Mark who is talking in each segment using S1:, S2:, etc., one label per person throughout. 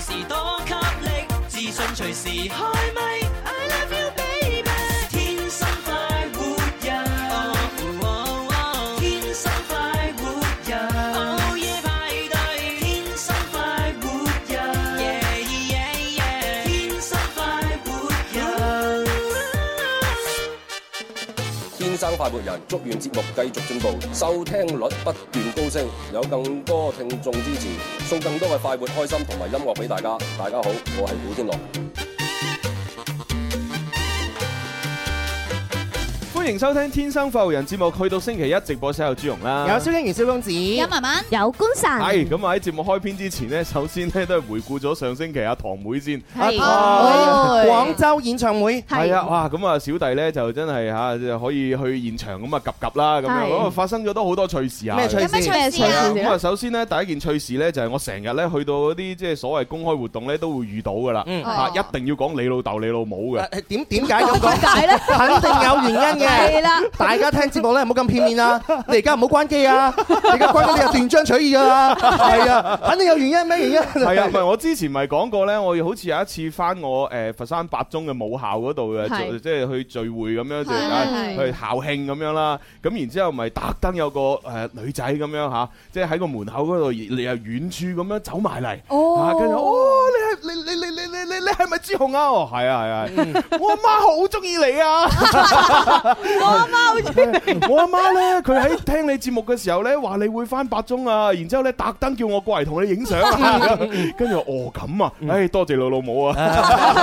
S1: 時多給力，自信隨時開咪。I love you baby，天生快活人哦哦哦天生快活人，午夜派對，天生快活人，yeah yeah yeah，天生快活人。
S2: 天生快活人，祝願節目繼續進步，收聽率不斷高升，有更多聽眾支持，送更多嘅快活、開心同埋音樂俾大家。大家好，我係古天樂。
S3: 歡迎收聽《天生快活人》節目，去到星期一直播室有朱容啦，
S4: 有蕭敬元、蕭公子，有文文，有官神，
S3: 係咁啊！喺節目開篇之前呢，首先呢都係回顧咗上星期阿堂妹先。
S4: 阿
S3: 係
S4: 唐廣州演唱會
S3: 係啊，哇！咁啊，小弟呢就真係嚇就可以去現場咁啊，及及啦咁樣。
S4: 係
S3: 咁啊，發生咗都好多趣事啊！
S4: 咩趣事有咩趣事啊咩趣事
S3: 咁啊，首先呢，第一件趣事呢，就係我成日呢去到嗰啲即係所謂公開活動呢，都會遇到噶啦。
S4: 嗯
S3: 嚇，一定要講你老豆、你老母嘅。
S4: 點點解咁
S5: 點
S4: 講？
S5: 解咧
S4: 肯定有原因嘅。
S5: 係啦
S4: 大家聽節目咧，唔好咁片面啊！你而家唔好關 機啊！你而家關機你就斷章取義噶 啦。係啊，肯定有原因，咩原因？
S3: 係啊，唔係我之前咪講過咧，我好似有一次翻我誒佛山八中嘅母校嗰度嘅，
S4: 係
S3: 做即係去聚會咁樣，就
S4: 係係
S3: 去校慶咁樣啦。咁然之後咪特登有個誒女仔咁樣嚇，即係喺個門口嗰度，你又遠處咁樣走埋嚟，
S6: 哦
S3: 啊跟住哦，你係你你你你你你你係咪朱紅啊？哦，係啊係啊，
S4: 嗯
S3: 係我阿媽好中意你啊！
S6: 我阿媽好中
S3: 意我阿媽咧，佢喺聽你節目嘅時候咧，話你會翻八中啊，然之後咧特登叫我過嚟同你影相 啊，跟住我哦咁啊，
S4: 嗯
S3: 唉多謝老老母啊，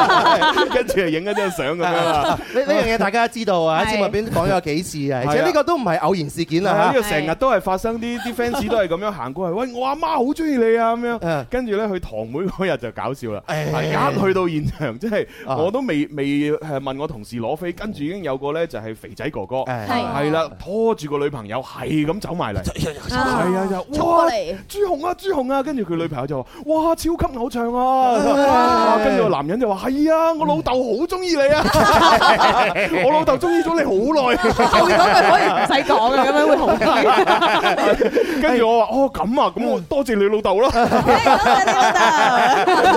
S3: 跟住就影一張相咁樣啊啦。
S4: 呢呢樣嘢大家都知道啊，喺節目入邊講咗幾次啊，而且呢個都唔係偶然事件
S3: 係啊
S4: 啊
S3: 呢個成日都係發生 啲啲 fans 都係咁樣行過嚟，喂我阿媽好中意你啊咁樣，跟住咧去堂妹嗰日就搞 笑啦，係一去到現場即係
S4: 啊
S3: 我都未未誒問我同事攞飛，跟住已經有個咧就係肥仔哥哥，係啦拖住個女朋友係咁走 埋嚟，係啊就哇朱紅啊朱紅啊，跟住佢女朋友就話哇超級偶像啊，哇跟住個男人就話係啊我老豆好中意你 啊，我老豆中意咗你好耐，
S6: 就嗰句可以唔使講嘅咁樣會好
S3: 啲。跟住我話：哦咁啊，咁我多謝你老豆啦。
S4: 好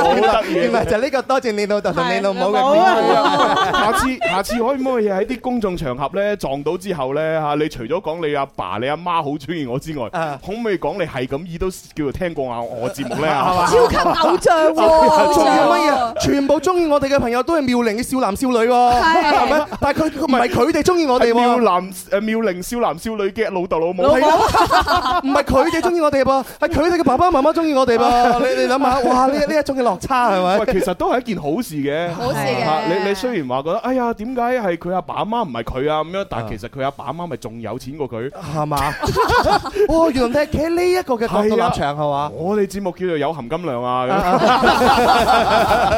S3: 好得意
S4: 原來就係呢個多謝你老豆同你老母嘅
S3: 係
S4: 片段
S3: 啊下次下次可唔可以喺啲公眾場合咧撞到之後咧嚇？你除咗講你阿爸、你阿媽好中意我之外，
S4: 啊
S3: 可唔可以講你係咁意都叫做聽過下啊我節目咧？
S4: 超級
S6: 偶像
S4: 仲有乜嘢？全部中意我哋嘅朋友都係妙齡嘅少男少女喎，
S3: 係
S4: 係咪？但係佢佢唔係佢哋中意我哋
S3: 係妙
S4: 喎。
S3: 男誒妙齡少男少女嘅老豆老母，
S4: 係啊，唔係佢哋中意我哋噃，係佢哋嘅爸爸媽媽中意我哋 噃。你你諗下，哇！呢呢一種嘅落差 係咪？
S3: 喂，其實都係一件好事嘅，
S4: 好事嘅
S3: 啊你你雖然話覺得，哎呀，點解係佢阿爸阿媽唔係佢啊咁樣，但係其實佢阿爸阿媽咪仲有錢過佢，
S4: 係嘛？ 哦，原來你係企喺呢一個嘅角度立場係嘛？
S3: 我哋節目叫做有含金量啊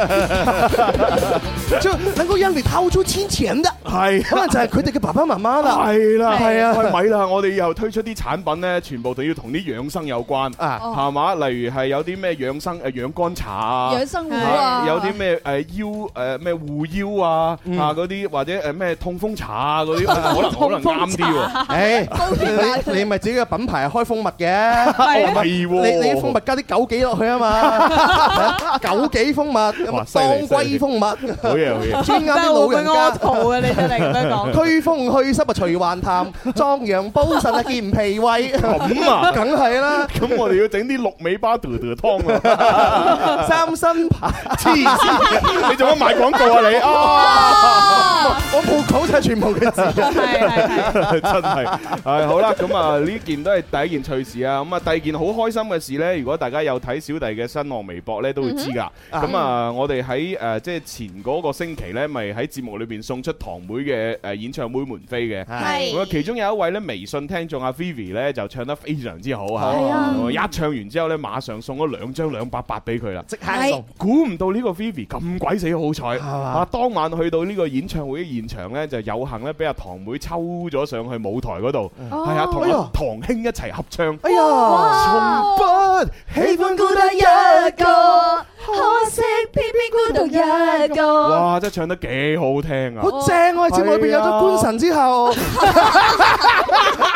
S4: 咁，就能夠讓你掏出金錢的，
S3: 係
S4: 可能就係佢哋嘅爸爸媽媽啦。
S3: 係啦，
S4: 係啊，
S3: 喂，咪啦，我哋以後推出啲產品咧，全部都要同啲養生有關，
S4: 啊
S3: 係嘛？例如係有啲咩養生誒養肝茶啊，
S6: 養生壺啊
S3: 有啲咩誒腰誒咩護腰啊
S4: 嗯
S3: 啊嗰啲，或者誒咩痛風茶啊 嗰啲，可能可能啱啲喎。哎
S4: 誒，你你咪自己嘅品牌開蜂蜜嘅，
S3: 係喎
S4: 你你啲蜂蜜加啲枸杞落去啊嘛，枸杞蜂蜜、
S3: 哇
S4: 當
S3: 犀利犀利
S4: 歸蜂蜜，
S3: 好嘢好嘢
S4: 專啱啲老人家
S6: 真係會唔會屙肚啊你真係咁樣講
S4: 驅風去濕啊，除環痰，壯陽補腎啊，健脾胃。
S3: 咁啊，
S4: 梗係啦。
S3: 咁我哋要整啲鹿尾巴嘟嘟湯啊！
S4: 三生牌，
S3: 黐線，你做乜賣廣告啊你啊！
S4: 我冇講晒全部嘅 字，
S3: 真係，係好啦，咁啊呢件都係第一件趣事啊，咁啊第二件好開心嘅事呢，如果大家有睇小弟嘅新浪微博呢，都會知㗎。
S7: 嗯哼
S3: 咁啊，我哋喺誒即係前嗰個星期呢，咪喺節目裏邊送出堂妹嘅誒演唱會門飛嘅。
S7: 係
S3: 咁啊，其中有一位呢，微信聽眾阿 Vivi 呢，就唱得非常之好啊！
S7: 係啊
S3: 哦一唱完之後呢，馬上送咗兩張兩百八俾佢啦，即
S4: 刻送係
S3: 估唔到呢個 Vivi 咁鬼死好彩，啊！當晚去到呢個演唱會嘅現場呢，就有幸呢俾阿堂妹抽咗上去舞台嗰度，係啊，同
S4: 哎呀
S3: 阿堂兄一齊合唱。
S4: 哎呀，
S3: 從不喜歡孤單
S6: 一個
S5: 可惜偏偏孤獨一個
S3: 哇！真係唱得幾好聽啊！
S4: 好正！我哋節目裏邊有咗官神之後，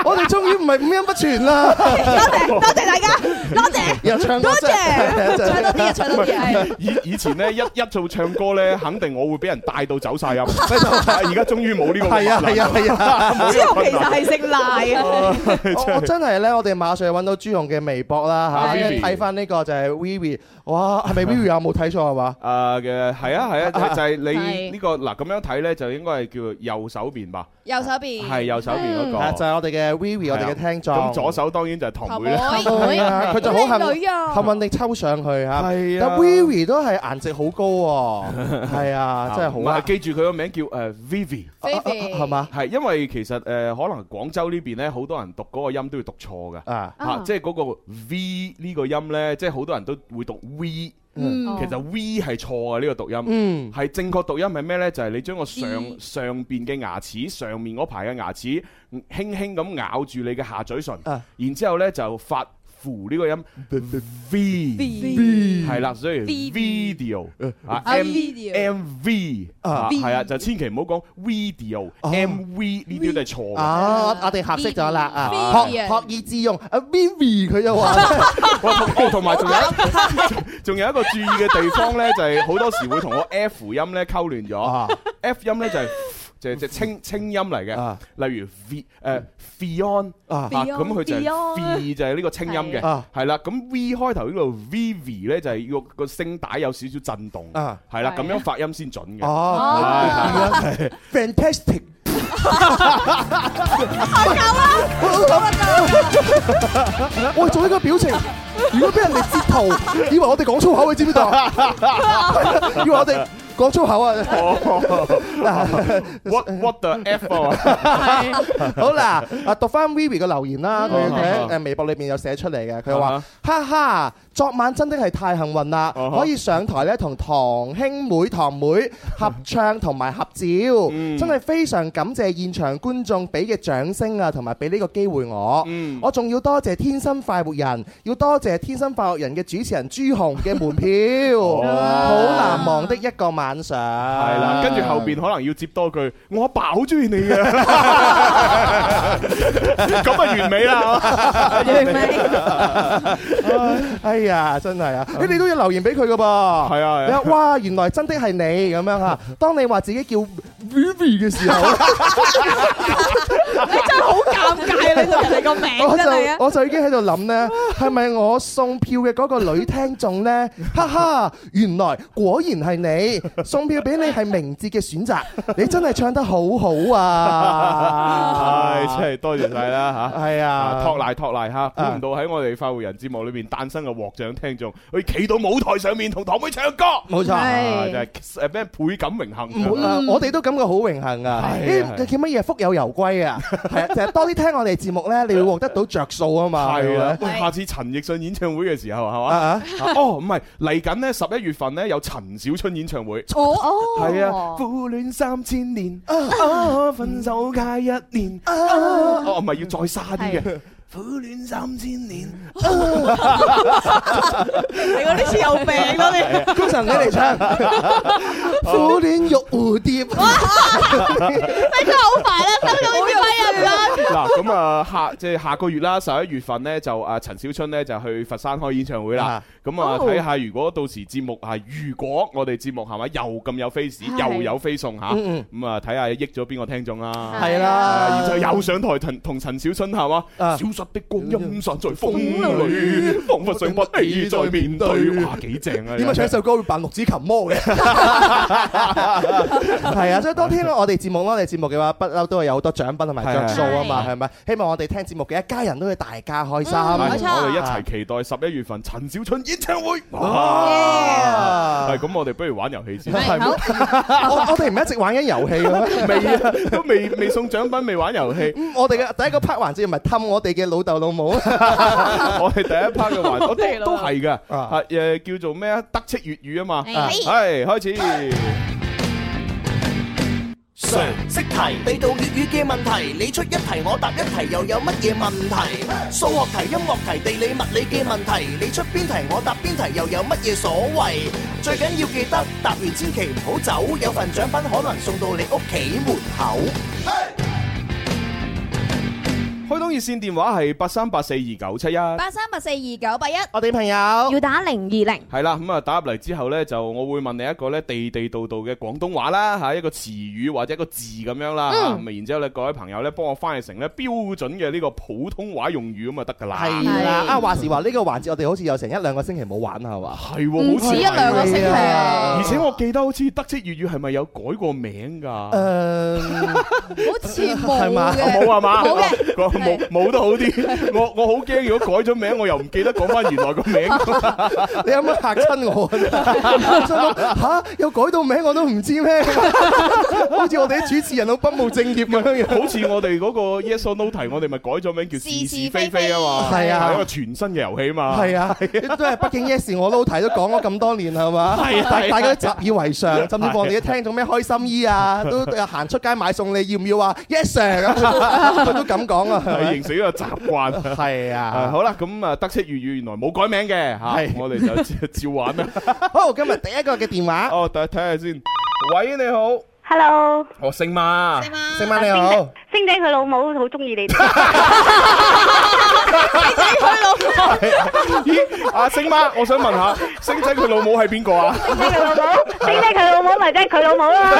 S4: 我哋終於唔係五音不全啦。
S6: 多謝多謝大家，多謝，
S4: 又唱
S6: 多
S4: 歌
S6: 謝，
S4: 真
S6: 唱多啲啊，
S4: 係
S6: 唱多啲啊，
S3: 以以前咧一一做唱歌咧，肯定我會俾人帶到走晒音，而家終於冇呢個
S4: 係啊係啊係啊！哦
S6: 係朱紅其實係姓賴啊 嘅，
S4: 我我真係咧，我哋馬上揾到朱紅嘅微博啦
S3: 啊
S4: 嚇，
S3: Vivi
S4: 睇翻呢個就係 Vivi，哇，係咪 Vivi 有冇睇錯係嘛？
S3: 啊嘅係啊係啊，就就係你
S6: 係
S3: 呢個嗱咁樣睇咧，就應該係叫右手邊吧，
S6: 右手邊
S3: 係右手邊嗰
S4: 啊就
S3: 個。
S4: 係我哋嘅 Vivi，我哋嘅聽眾。
S3: 咁左手當然就係堂妹啦。
S4: 係啊，佢就好幸
S6: 女啊
S4: 幸運地抽上去嚇。
S3: 係啊
S4: 但 Vivi 都係顏值好高 喎， 係啊，真係
S3: 唔
S4: 好
S3: 係
S4: 啊，
S3: 記住佢個名叫誒 Vivi，
S6: Vivi
S4: 係嘛
S3: 係因為其實呃誒可能廣州呢邊咧好多人讀嗰個音都要讀錯㗎。
S4: 啊？
S3: 嚇、即係嗰個 V 呢個音呢，即係好多人都會讀 V，其
S6: 嗯
S3: 實 V 係錯嘅呢、個讀音。
S4: 嗯，
S3: 係正確讀音係咩呢？就係、你將個上
S6: V
S3: 上邊嘅牙齒，上面嗰排嘅牙齒，嗯輕輕咁咬住你嘅下嘴唇，
S4: 啊
S3: 然之後呢就發符呢個音 V，係啦，所以 video 啊 M
S6: video
S3: M V
S4: 啊
S3: 啊係啊，就千祈唔好講 video
S4: 哦
S3: M V 呢啲都係錯嘅。
S4: 啊，我我哋學識咗啦啊，學
S6: Vivian
S4: 學以致用。啊，Vivi 佢就話
S3: 我同哦我同埋仲有一 仲有一個注意嘅地方咧，就係好多時會同個 F 音咧溝亂咗
S4: 啊
S3: ，F 音咧就係就係隻清清音嚟嘅
S4: 啊，
S3: 例如 V 誒 Fion
S4: 啊
S3: 啊，咁佢就係
S6: Fion
S3: V 就係呢個清音嘅
S4: 啊，
S3: 係啦，咁 V 開頭呢個 Vivi 咧就係個個聲帶有少少震動，
S4: 啊
S3: 係啦，
S6: 係
S3: 咁樣發音先準嘅。
S4: 哦，fantastic。我做呢個表情，如果俾人哋截圖，以為我哋講粗口，你知唔知道啊？以為我哋講粗口啊！
S3: What what the F 啊？
S4: 好啦，啊讀翻 Vivi 嘅留言啦，佢
S3: 嗯
S4: 佢喺
S3: 嗯
S4: 誒微博裏面有寫出嚟嘅，佢
S3: 嗯
S4: 話：哈哈，昨晚真的係太幸運啦，
S3: 嗯
S4: 可以上台咧同堂兄妹堂 妹合唱同埋合照，
S3: 嗯
S4: 真係非常感謝現場觀眾俾嘅掌聲啊，同埋俾呢個機會我。
S3: 嗯，
S4: 我仲要多謝天生快活人，要多謝天生快活人嘅主持人朱紅嘅門票，好難忘的一個晚上。
S3: 哦係
S4: 係
S3: 啦，跟住後邊可能要接多句，我阿爸好中意你嘅， 咁啊完美啦。
S6: Ờ,
S4: 哎呀，真係
S6: Ừ.
S4: 啊！你哋都要留言俾佢噶噃。係
S3: 係啊
S4: 你話哇，原來真的係你咁樣嚇。當你話自己叫 Vivi 嘅時候，
S6: 你真係好尷尬， 你同人哋個名
S4: 我
S6: 真係啊
S4: 就！我就已經喺度諗呢，係咪我送票嘅嗰個女聽眾呢？哈哈，原來果然係你，送票俾你係明智嘅選擇。你真係唱得好好
S3: 唉，
S4: 啊！
S3: 真係多謝晒啦嚇。
S4: 係
S3: 啊
S4: 啊，
S3: 托賴托賴嚇，估
S4: 啊
S3: 唔到喺我哋快活人節目裏面誕生嘅獲獎聽眾，佢企到舞台上面同堂妹唱歌，
S4: 冇錯。
S3: 啊就係誒咩倍感榮幸。
S6: 嗯
S4: 唔好啊！我哋都感覺好榮幸啊！
S3: 係
S4: 呢叫乜嘢？福有攸歸啊！係啊，就係多啲聽我哋節目咧，你會獲得到着數啊嘛！
S3: 係啦，
S4: 係咪
S3: 喂，下次陳奕迅演唱會嘅時候係
S4: 啊
S3: 嘛？
S4: 啊！
S3: 哦，唔係嚟緊呢，十一月份呢，有陳小春演唱會。
S6: 哦哦，
S3: 係啊，苦戀三千年，
S4: ờ,
S3: 啊分手皆一年，啊哦唔係要再沙啲嘅，苦戀三千年，
S6: 係喎，呢次有病咯你。
S4: 高晨你嚟唱《苦戀玉蝴蝶》，
S6: 你真係好煩啦，生咗呢
S8: à,
S6: 啲批人啦。
S3: 啊嗱咁啊下即係下個月啦，十一月份咧就啊陳小春咧就去佛山開演唱會啦
S4: 啊，
S3: 咁啊
S6: 哦
S3: 睇下如果到時節目係如果我哋節目係咪又咁有 face
S6: 係
S3: 又有飛送吓，
S4: 嗯
S3: 咁啊睇下益咗邊個聽眾啦。
S4: 係
S3: 啊然之後
S4: 啦，
S3: 又上台同同陳小春係嘛？
S4: 啊
S3: 消失的光陰散在風裏，彷彿想不起再面對。哇，幾正啊！
S4: 點解唱首歌會扮六指琴魔嘅？ 係啊，所以多聽我哋節目咯。我哋節目嘅話，不嬲都係有好多獎品同埋着數啊嘛，係咪？希望我哋聽節目嘅一家人都會大家開心。啊
S6: 嗯
S3: 係
S6: 冇錯
S3: 我哋一齊期待十一月份陳小春演唱會。
S4: 啊
S3: 係咁，我哋不如玩遊戲先。
S4: 係好 我我哋唔係一直玩緊遊戲嘅咩？嗯
S3: 未啊， 都未未送獎品，未玩遊戲。
S4: 我哋嘅第一個 part 環節咪氹我哋嘅老豆老 母，
S3: 我哋第一 part 嘅環，我
S6: 哋啦
S3: 都都係噶，
S4: 啊
S3: 係誒叫做咩啊？德式粵語啊嘛。
S6: 係
S3: 係開始。
S1: 常識題，地道粵語嘅問題，你出一題我答一題，又有乜嘢問題？數學題、音樂題、地理物理嘅問題，你出邊題我答邊題，又有乜嘢所謂？最緊要記得答完千祈唔好走，有份獎品可能送到你屋企門口。
S3: 開通熱線電話係八三八四二九七一。
S6: 八三八四二九八一，
S4: 我哋朋友
S5: 要打零二零，
S3: 係啦，咁啊打入嚟之後呢，就我會問你一個呢地地道道嘅廣東話啦，嚇一個詞語或者一個字咁樣啦，嚇咁啊然之後呢，各位朋友呢，幫我翻譯成呢標準嘅呢個普通話用語咁啊得㗎啦。
S4: 係啦，啊話時話呢個環節我哋好似有成一兩個星期冇玩啊係嘛？
S3: 係喎，
S6: 唔
S3: 好
S6: 止
S3: 似
S6: 一兩個星期啊，
S3: 而且我 記得好似德式粵語係咪有改過名㗎？
S4: 誒，
S6: 好似
S4: 係
S6: 冇
S4: 嘛
S6: 嘅，
S3: 冇係嘛？
S6: 冇嘅，
S3: 講冇冇都好啲。我我好驚，如果改咗名，我又唔記得講翻原來個名。
S4: 你有冇嚇親我啊？心諗嚇，又改到名我都唔知咩？ 好似我哋啲主持人好不務正業咁樣樣。
S3: 好似我哋嗰個 Yes or No 題，我哋咪改咗名叫是是非非啊嘛。
S4: 係啊
S3: 係一個全新嘅遊戲嘛。
S4: 係啊，都係北 京 yes 我都睇都講咗咁多年係嘛？
S3: 係啊
S4: 大
S3: 係啊
S4: 大家都習以為常，甚至乎我哋聽咗咩開心醫 啊，都都有行出街買餸，你要唔要啊？Yes sir 咁佢都佢都咁 講啊，係
S3: 係
S4: 咪
S3: 形成一個習慣。
S4: 係
S3: 啊
S4: 啊。
S3: 好啦，咁啊，德式粵語原來冇改名嘅
S4: 係
S3: 嚇，我哋就照 照玩啦。
S4: 好，今日第一個嘅電話，
S3: 哦，睇睇下先。喂，你好，
S7: Hello，
S3: 我姓馬。
S4: 食晚你好。
S7: 星仔佢老母好中意你哋。
S3: 咦，阿星媽，我想問下，星仔佢老母係邊個啊？
S7: 星仔佢老母，星仔佢老母咪即係佢老母啦。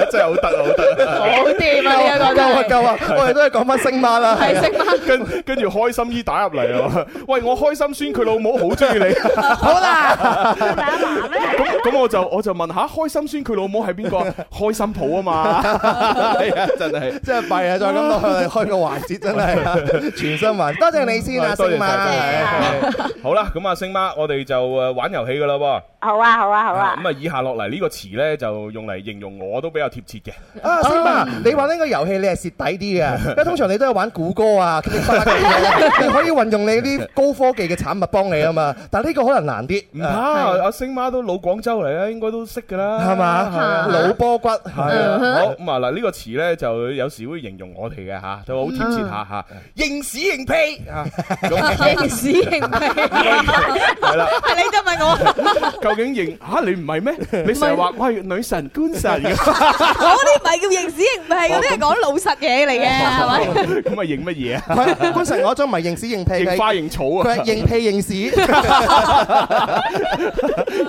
S3: 真係好得啊，好得啊。
S6: 好掂啊！呢一個
S4: 夠
S6: 真
S4: 啊
S6: 係
S4: 夠啊！我哋都係講翻星媽啦，
S6: 係識嗎？
S3: 跟跟住開心姨打入嚟啊！喂，我開心孫佢老母好中意你，
S4: 好啦，
S7: 打麻咩？
S3: 咁咁我就我就問下開心孫佢老母係邊個？開心抱 啊嘛，係啊，真係。
S4: 真係弊啊！再 咁落去開個環節真係啊全新環，多謝你先啊，
S3: 多謝
S4: 星媽。
S3: À.
S4: 係
S3: 晒多謝好啦，咁啊，星媽，我哋就誒玩遊戲噶啦喎。
S7: 好
S9: à,
S7: 啊，好啊，好啊。
S3: 咁啊，以下落嚟呢個詞咧，就用嚟形容我都比較貼切嘅。
S4: 啊，星媽，你玩呢個遊戲你係蝕底 啲嘅，因為通常你都係玩估歌啊、激發嘅嘢你可以運用你啲高科技嘅產物幫你啊嘛。但係呢個可能難啲，
S3: 啊，阿星媽都老廣州嚟啊，應該都識噶啦，
S4: 係嘛？腦波骨
S3: 係
S4: 係
S6: 嗯
S3: 啊，好咁啊嗱，呢個詞咧就有時會形容我哋嘅吓，就好貼切
S6: 嗯
S3: 下吓，認屎認屁啊！ 咁
S6: 認屎認屁，
S3: 係啦，
S6: 係你就問我，
S3: 究竟認吓你唔係咩？你成日話喂女神官神
S10: À,
S3: 咁，
S6: 我啲唔係叫認屎認屁，嗰啲係講老實嘢嚟嘅，係咪？
S3: 咁啊認乜嘢啊？
S4: 係官神，我張唔係認屎認屁
S3: 認花
S4: 嘅，
S3: 認草
S4: 佢係
S3: 啊，
S4: 認屁 認屎。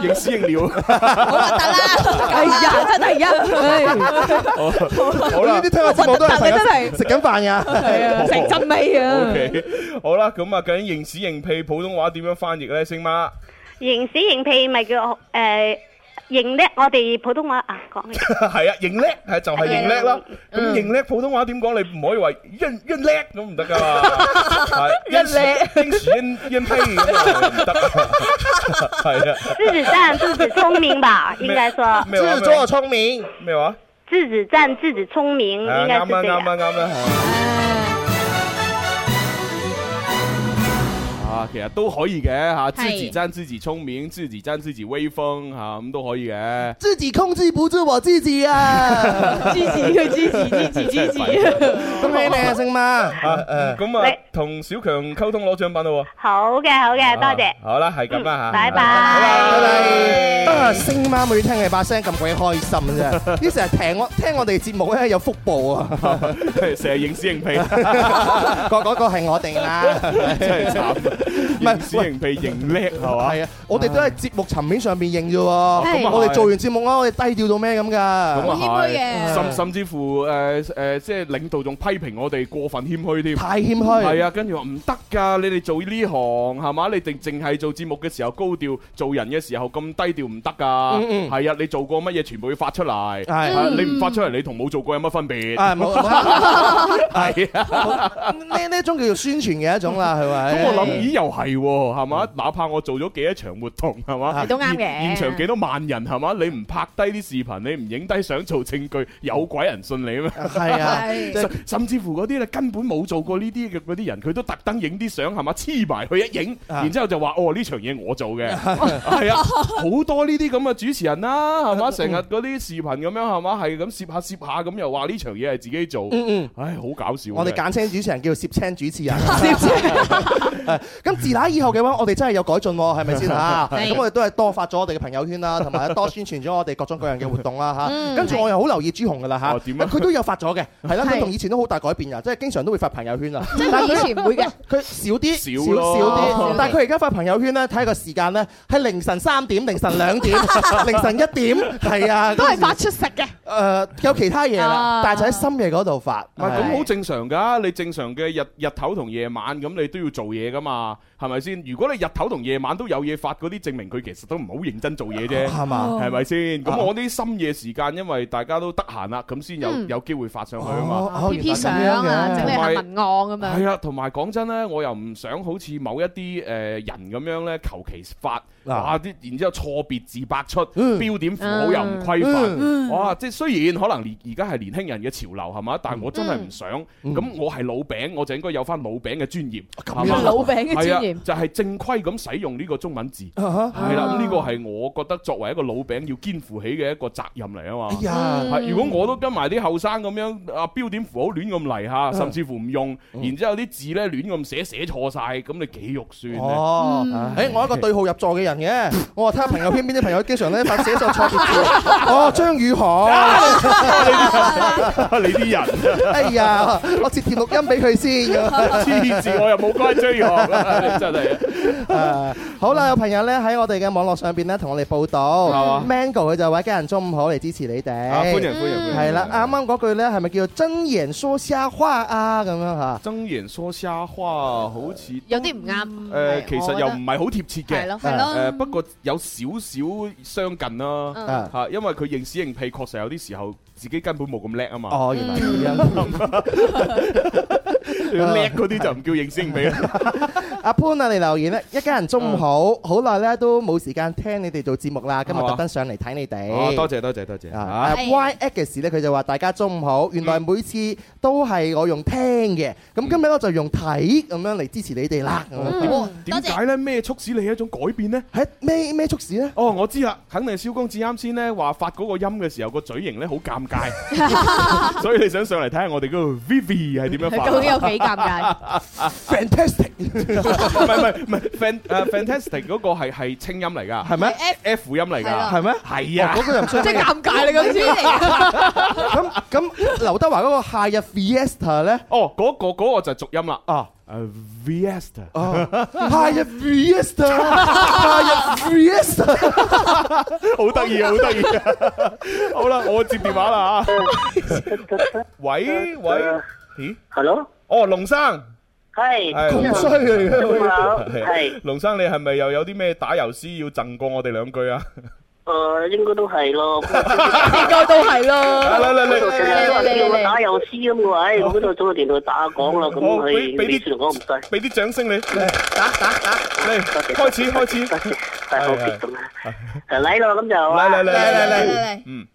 S3: 認屎認尿。
S6: 好核突啦！真 係一，
S3: 好啦
S4: 呢啲聽我節目都係
S6: 核突嘅真係
S4: 食緊飯㗎。
S6: 係啊，成真味啊！
S3: OK，好啦，咁啊，究竟認屎認屁普通話點樣翻譯咧？星 媽，
S7: 認屎認屁咪叫
S9: ờ,
S7: 誒認叻，我哋普
S9: à.
S7: 通話啊講起。
S3: 係啊，認叻係就係認叻啦。咁認叻普通話點講？你唔可以話認認叻咁唔得噶嘛。係
S6: 認叻
S3: 認屎認認屁咁啊唔得 啊。係啊，
S7: 自己占自己聰明吧，應該說
S3: 咩話
S4: 知足
S3: 咩話
S4: 就聰明。
S3: 咩話？
S7: 自己占自己聰明，
S3: 啊
S7: 應
S3: 啱
S7: 該
S3: 啊
S7: 嗯是這
S3: 啱
S7: 樣。
S3: 啊啱啦。
S7: 嗯
S3: 啊，其實都可以嘅嚇，自己爭自己聰明，自己爭自己威風嚇，咁都可以 嘅。
S4: 自己控制不住我自己啊！
S6: 支持佢，支持，支持，支 持。
S4: 恭喜你啊，星媽。誒
S3: 咁啊
S7: 你，
S3: 同小強溝通攞獎品咯喎。
S7: 好嘅，好嘅，多謝。
S3: 好啦，係咁啦嚇。
S7: 拜
S4: 拜
S7: 拜。
S4: 拜。啊，星媽每聽你把聲咁鬼開心啫，呢成日聽我聽我哋節目咧有福報啊！
S3: 成日認屎認屁，
S4: 嗰嗰 個係我哋啦，
S3: 真係慘。啊
S4: 唔係
S3: 認屎認屁認叻係嘛？
S4: 係啊，我哋都係節目層面上邊認啫喎。
S6: 係
S4: 我哋做完節目啦，我哋低調到咩咁
S3: 咁
S4: 㗎？
S3: 啊
S6: 好謙虛嘅
S3: 係，甚甚至乎誒誒，即係領導仲批評我哋過分謙虛添。
S4: 太謙虛。
S3: 係啊，跟住話唔得㗎，你哋做呢行係嘛？你哋淨係做節目嘅時候高調，做人嘅時候咁低調唔得㗎。係啊，你做過乜嘢全部要發出嚟。係
S4: 係
S3: 啊你唔發出嚟，你同冇做過有乜分別？
S4: 啊，冇冇
S3: 係啊。
S4: 呢呢一種叫做宣傳嘅一 種啦，係咪？嗯
S3: 咁我諗，咦又係喎，係嘛？哪怕我做咗幾多場活動，係
S4: 啊
S3: 嘛？
S6: 都啱嘅
S3: 現現場幾多萬人，係嘛？你唔拍低啲視頻，你唔影低相做證據，有鬼人信你咩？
S4: 係啊。
S6: 係
S3: 甚甚至乎嗰啲咧根本冇做過呢啲嘅嗰啲人，佢都特登影啲相係嘛，黐埋佢一影，
S4: 啊
S3: 然之後就話哦呢場嘢我做 嘅，係啊，好多呢啲咁嘅主持人啦，係
S4: 嗯
S3: 嘛，成日嗰啲視頻咁樣係嘛，係咁攝下攝下咁又話呢場嘢係自己做，唉好搞笑。
S4: 嗯我哋
S3: 真 係
S4: 簡稱主持人叫做攝青主持人。攝青。咁咁自那以後嘅話，我哋真係有改進喎，係咪先嚇？
S6: 係
S4: 咁我哋都係多發咗我哋嘅朋友圈啦，同埋多宣傳咗我哋各種各樣嘅活動啦
S6: 嗯
S4: 嚇。跟住我又好留意朱紅噶啦嚇
S3: 哦，點啊
S4: 佢都有發咗嘅，係啦，
S6: 係
S4: 佢同以前都好大改變啊，即係經常都會發朋友圈啊。
S6: 即係以前唔會嘅，
S4: 佢少啲，
S3: 少哦
S4: 少
S3: 咯
S4: 少
S6: 少啲
S4: 啲，但係佢而家發朋友圈咧，睇個時間咧，係凌晨三點、凌晨兩 點、凌晨一點，係啊，
S6: 都係發出食嘅。
S4: 誒有其他嘢
S6: 啊
S4: 啦，但係就喺深夜嗰度發，
S3: 唔係
S4: 係
S3: 啊咁好正常㗎，你正常嘅日日頭同夜晚咁，你都要做嘢㗎嘛，係咪先？如果你日頭同夜晚都有嘢發嗰啲，證明佢其實都唔好認真做嘢 啫。
S4: 係嘛？
S3: 係咪先？咁
S4: 啊
S3: 我啲深夜時間，因為大家都得閒啦，咁先有有機會發上去啊嘛。
S4: 哦
S6: 嗯 P P
S4: 原
S6: 相
S4: 來
S8: à.
S4: 咁樣
S3: à.
S6: 啊，
S4: 嘅
S6: 整理下文案咁樣。
S3: 係啊，同埋講真呢，我又唔想好似某一啲誒呃人咁樣呢，求其發
S4: 嗱
S3: 哇啲，然之後錯別字百出，
S4: 嗯
S3: 標點符號
S6: 嗯
S3: 又唔規範，
S6: 嗯
S3: 哇！即係雖然可能而而家係年輕人嘅潮流係嘛，但係我真係唔想。
S4: 嗯
S3: 咁我係老餅，我就應該有翻老餅嘅專業，係
S4: 樣
S3: 嘛
S6: 老餅嘅
S3: 係
S6: 專
S3: 啊
S6: 業，
S3: 就係正規咁使用呢個中文字。
S4: 啊哈
S3: 係啦，咁呢
S6: 啊
S3: 個係我覺得作為一個老餅要肩負起嘅一個責任嚟啊嘛
S4: 哎。呀
S6: 嗯，
S3: 係，如果我都跟埋啲後生咁樣啊，標點符號亂咁嚟
S4: 嗯
S3: 嚇，甚至乎唔用，然之後啲字咧亂咁寫，寫錯晒，咁你幾肉酸咧？
S4: 哦，
S3: 嗯
S6: 嗯
S4: 誒，我一個 對號入座嘅人嘅，我話睇下朋友圈邊啲朋友經常咧發寫作錯別 字，哦，張宇航，
S3: 你啲人
S4: 哎呀，我截條錄音俾佢先。啊
S3: 黐線，我又冇關 追學啦，你真係
S4: 誒好啦，有朋友咧喺我哋嘅網絡上邊咧同我哋報道
S3: 嘛
S4: ，Mango 佢就話一家人中午好嚟支持你哋，
S3: 啊！歡迎歡迎歡迎，
S4: 係啦，啱啱嗰句咧係咪叫做真言說瞎話啊咁 樣嚇？
S3: 睜眼說瞎話，好似
S6: 有啲唔啱。
S3: 誒，其實又
S6: 係
S3: 唔係好貼切
S6: 我覺得係
S3: 嘅，
S6: 咯，係
S3: 誒，
S6: 咯。
S3: 不過有少少相近啦。
S6: 嗯
S4: 啊
S3: 嚇，因為佢認屎認屁，確實有啲時候自己根本冇咁叻啊嘛。
S4: 哦，原來咁樣。
S3: 叻嗰啲就唔叫認屎認屁啦。
S4: 阿潘啊，你留言咧，一家人中午好，好耐咧都冇時間聽你哋做節目啦，今日
S3: 係嘛
S4: 特登上嚟睇你哋。
S3: 哦，多謝多謝多謝。
S4: 哎啊
S3: 啊
S6: 係
S4: Y X 咧，佢就話大家中午好。原來每次都係我用聽嘅，咁今日我就用睇咁樣嚟支持你哋啦。咁樣
S6: 嗯多
S3: 點
S6: 謝
S3: 解咧？咩促使你一種改變呢？
S4: 係咩咩促使咧？
S3: 哦，我知啦，肯定係蕭公子啱先咧話發嗰個音嘅時候個嘴型咧 好尷尬，所以你想上嚟睇下我哋嗰個 Vivi 係 點樣發？
S6: 究竟有幾尷 尬？
S4: Fantastic
S3: 唔係唔係唔係 fan 誒 fantastic 嗰個係係清音嚟㗎，
S4: 係咪？
S3: F 音嚟
S6: 係啦
S3: 㗎，
S4: 係咩？
S3: 係啊
S4: 哦，嗰個又唔需要
S6: 即係尷尬你咁先。
S4: 咁咁，劉德華嗰個夏日 Fiesta 咧，
S3: 哦，嗰個嗰個就係俗音啦。
S4: 啊，
S3: 誒 Viesta，
S4: 哦夏日 Fiesta，夏日 Fiesta，
S3: 好得意啊，好得意啊！好啦，我接電話啦嚇。喂喂，咦？
S11: 呃 Hello，
S3: 哦，龍生。
S11: 系
S3: 係
S4: 咁衰嚟
S8: 啊
S4: 嘅。
S11: 好，啊
S3: 係
S11: 系，
S3: 龍生，你係咪又有啲咩打油詩要贈過我哋兩句啊？
S11: 诶，應該都係咯。
S6: 應該都係
S3: 嚟
S6: 咯。
S3: 嚟嚟
S11: 你
S3: 嚟，
S11: 話叫我打遊詩咁嘅話，唉，我嗰度早個電腦打講啦，咁
S3: 好俾
S11: 佢
S3: 俾
S11: 你
S3: 啲
S11: 算講唔該，
S3: 俾啲掌聲你，嚟打打打，嚟開始開始，
S11: 多謝，係好激動啊！嚟咯，咁就啊
S3: 嚟嚟嚟嚟嚟，
S6: 嚟
S3: 嗯，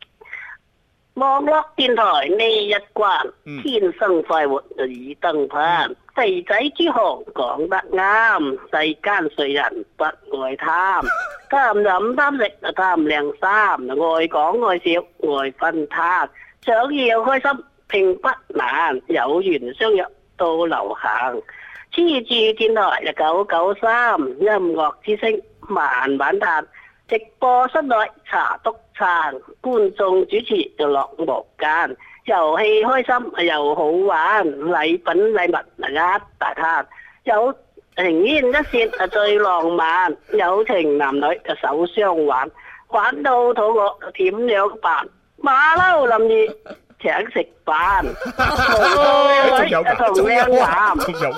S11: 網絡電台呢一關，
S3: 嗯
S11: 天生快活已登攀。肥仔朱紅講得啱，世間誰人不愛 貪？貪飲貪食啊，貪靚衫，愛講愛笑，愛分攤。想要開心並不難，有緣相約到流行。黐住電台一九九三，音樂之聲慢慢彈。直播室內茶督撐，觀眾主持就樂無間，遊戲開心又好玩，禮品禮物一大攤，有情牽一線啊最浪漫，友情男女就手相挽，玩到肚餓點樣辦？馬騮林兒請食飯，
S3: 仲有㗎
S11: 同靚男。
S3: 仲有㗎，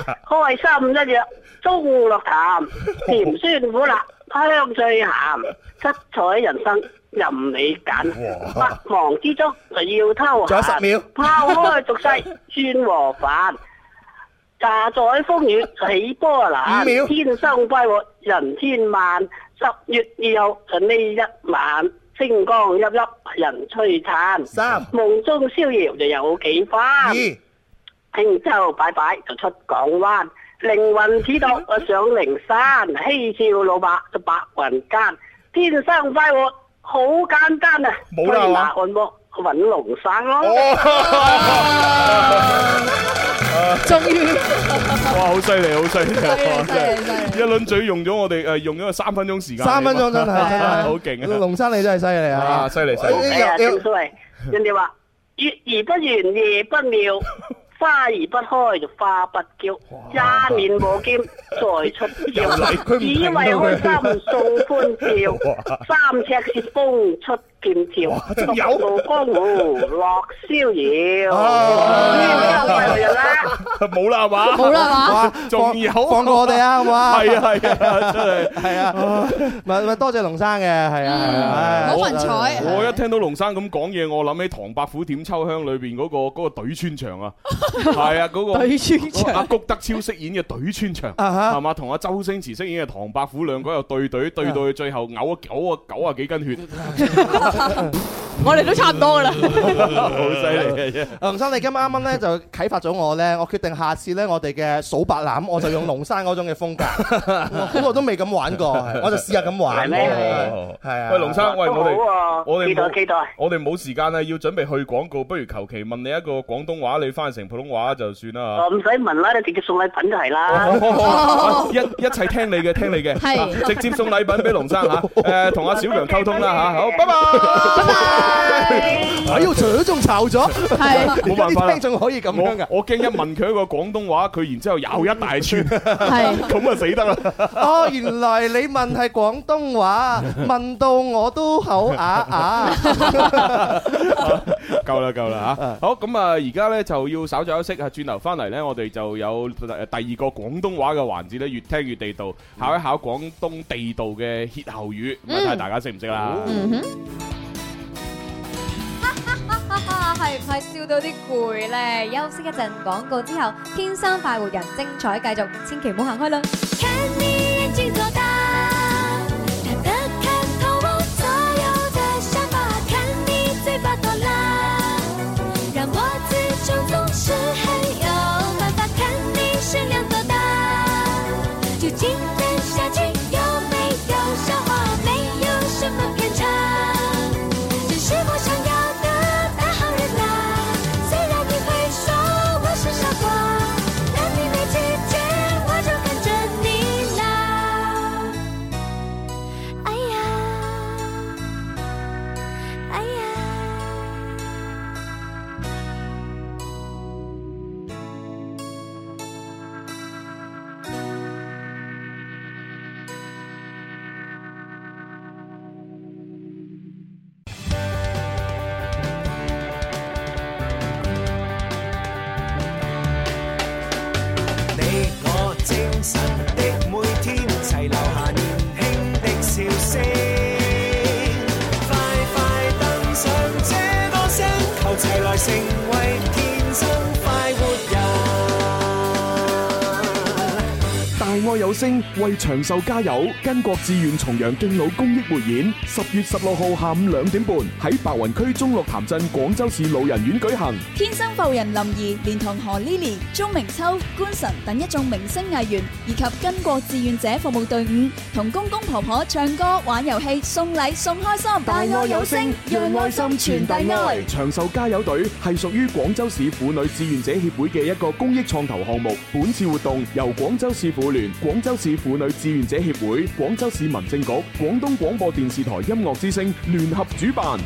S11: 开心一日，中落淡，甜酸苦辣，香最咸，七彩人生任你揀，百忙之中就要偷
S4: 仲有10
S11: 閒，
S4: 秒
S11: 拋 開俗世算和飯。架在風雨起波
S4: 五
S11: 瀾
S4: 秒，
S11: 天生快活人千萬。十月二號就呢一晚，星光熠熠人璀璨，
S4: 三
S11: 夢中逍遙就有幾番。
S4: 二。
S11: 輕舟擺擺就出港灣，靈魂似道
S3: 嗯
S11: 我上靈山，嬉笑老馬就白雲間，天生快活好簡單啊！
S3: 冇啦
S11: 推拿按摩揾龍生咯。
S3: 哦，終於， 哇！好犀利，好犀利，啊
S5: 利犀利
S3: 一輪嘴用咗我哋誒用咗三分鐘時間，
S4: 三分鐘真係真係
S3: 好勁啊！
S4: 龍生你真係犀利啊
S3: 啊！犀利犀
S4: 哎
S3: 利
S11: 係啊，
S4: 又
S11: 正 所謂人哋話月而不圓，夜不妙， 花而不開就花不嬌，揸面我劍 再出招，只為開心送歡 笑，三尺雪風出劍潮，獨步江湖落 逍遙。
S3: 啊
S11: 呢個咪我人啦，
S3: 冇啦係嘛？
S6: 冇啦係嘛
S4: 哇
S3: 仲有
S4: 放放過我哋啊，好嘛？
S3: 係啊係啊，真係。
S4: 係啊，咪咪多謝龍生嘅，係啊，係啊
S6: 好嗯文采
S3: 我一聽到龍生咁講嘢，我諗起《唐伯虎點秋香》裏邊嗰個嗰個懟 穿牆啊，係啊嗰個
S6: 穿
S3: 嗰個阿谷德超飾演嘅懟穿牆，
S4: 啊哈
S3: 係嘛？同阿周星馳飾演嘅唐伯虎兩個又對對對到佢最後嘔啊嘔啊九啊幾斤血，
S6: 我哋都差唔多噶啦。
S3: 好犀利啊！
S4: 龍生，你今啱啱咧就啟發咗我咧，我決定下次咧我哋嘅數白欖，我就用龍山嗰種嘅 風格，我好耐都未咁玩過，哦我就試下咁玩。
S11: 係咩
S3: 哦
S4: 係啊
S3: 喂，龍生，喂，
S11: 都
S3: 我哋
S11: 好
S3: 我
S11: 喎，
S3: 哋
S11: 期待
S3: 冇
S11: 期待。
S3: 我哋冇時間啦，要準備去廣告，不如求其問你一個廣東話，你翻成普通話就算啦
S11: 我唔使問啦，你直接送禮品就係啦。
S3: 嚇 一一齊聽你嘅，聽你嘅，
S6: 啊係
S3: 啊直接送禮品俾龍生 嚇，誒同阿小強溝通啦嚇，好，拜
S6: 拜
S3: 拜。
S6: 拜。
S4: 哎呦，除咗仲炒咗，
S6: 係
S3: 冇辦法
S4: 而家啲
S3: 啦
S4: 聽眾可以咁樣㗎。
S3: 我我驚一問佢一個廣東話，佢然之後又一大串，
S6: 係
S3: 咁啊死得啦！
S4: 哦，原來你問係廣 東話，問到我都口啞啞。
S3: 夠啦夠啦嚇，好咁啊！而家咧就要稍作休息啊，轉頭翻嚟咧，我哋就有呃第二個廣東話嘅環節咧，越聽越地道，考一考廣東地道嘅歇後語，咁啊睇下大家識唔識啦。
S6: 嗯哼。
S5: 係唔係笑到啲攰咧？休息一陣廣告之後，天生快活人精彩繼續，千祈唔好行開啦！
S8: 让我自重总是很有办法，看你身量多大，究竟的下去有没有消化，没有什么偏差，这是我想要的大好人啊。虽然你会说我是傻瓜，但你没拒绝，我就跟着你啦。哎呀，哎呀。
S1: 你我精神的每天，齊留下年輕的笑聲。快快登上這歌聲，求齊來成為天生快活人。
S3: 大愛有聲為長壽加油！巾帼志願重陽敬老公益匯演，十月十六號下午兩點半喺白雲區中綠潭鎮廣州市老人院舉行。
S8: 天生浮人林怡，連同何 Lily、鐘明秋、官神等一眾明星藝員以及巾帼志願者服務隊伍，同公公婆婆唱歌、玩遊戲、送禮送開心。大愛有聲，讓愛心傳遞愛。
S3: 長壽加油隊係屬於廣州市婦女志願者協會嘅一個公益創投項目。本次活動由廣州市婦聯、廣州市婦女志願者協會、廣州市民政局、廣東廣播電視台音樂之聲聯合主辦。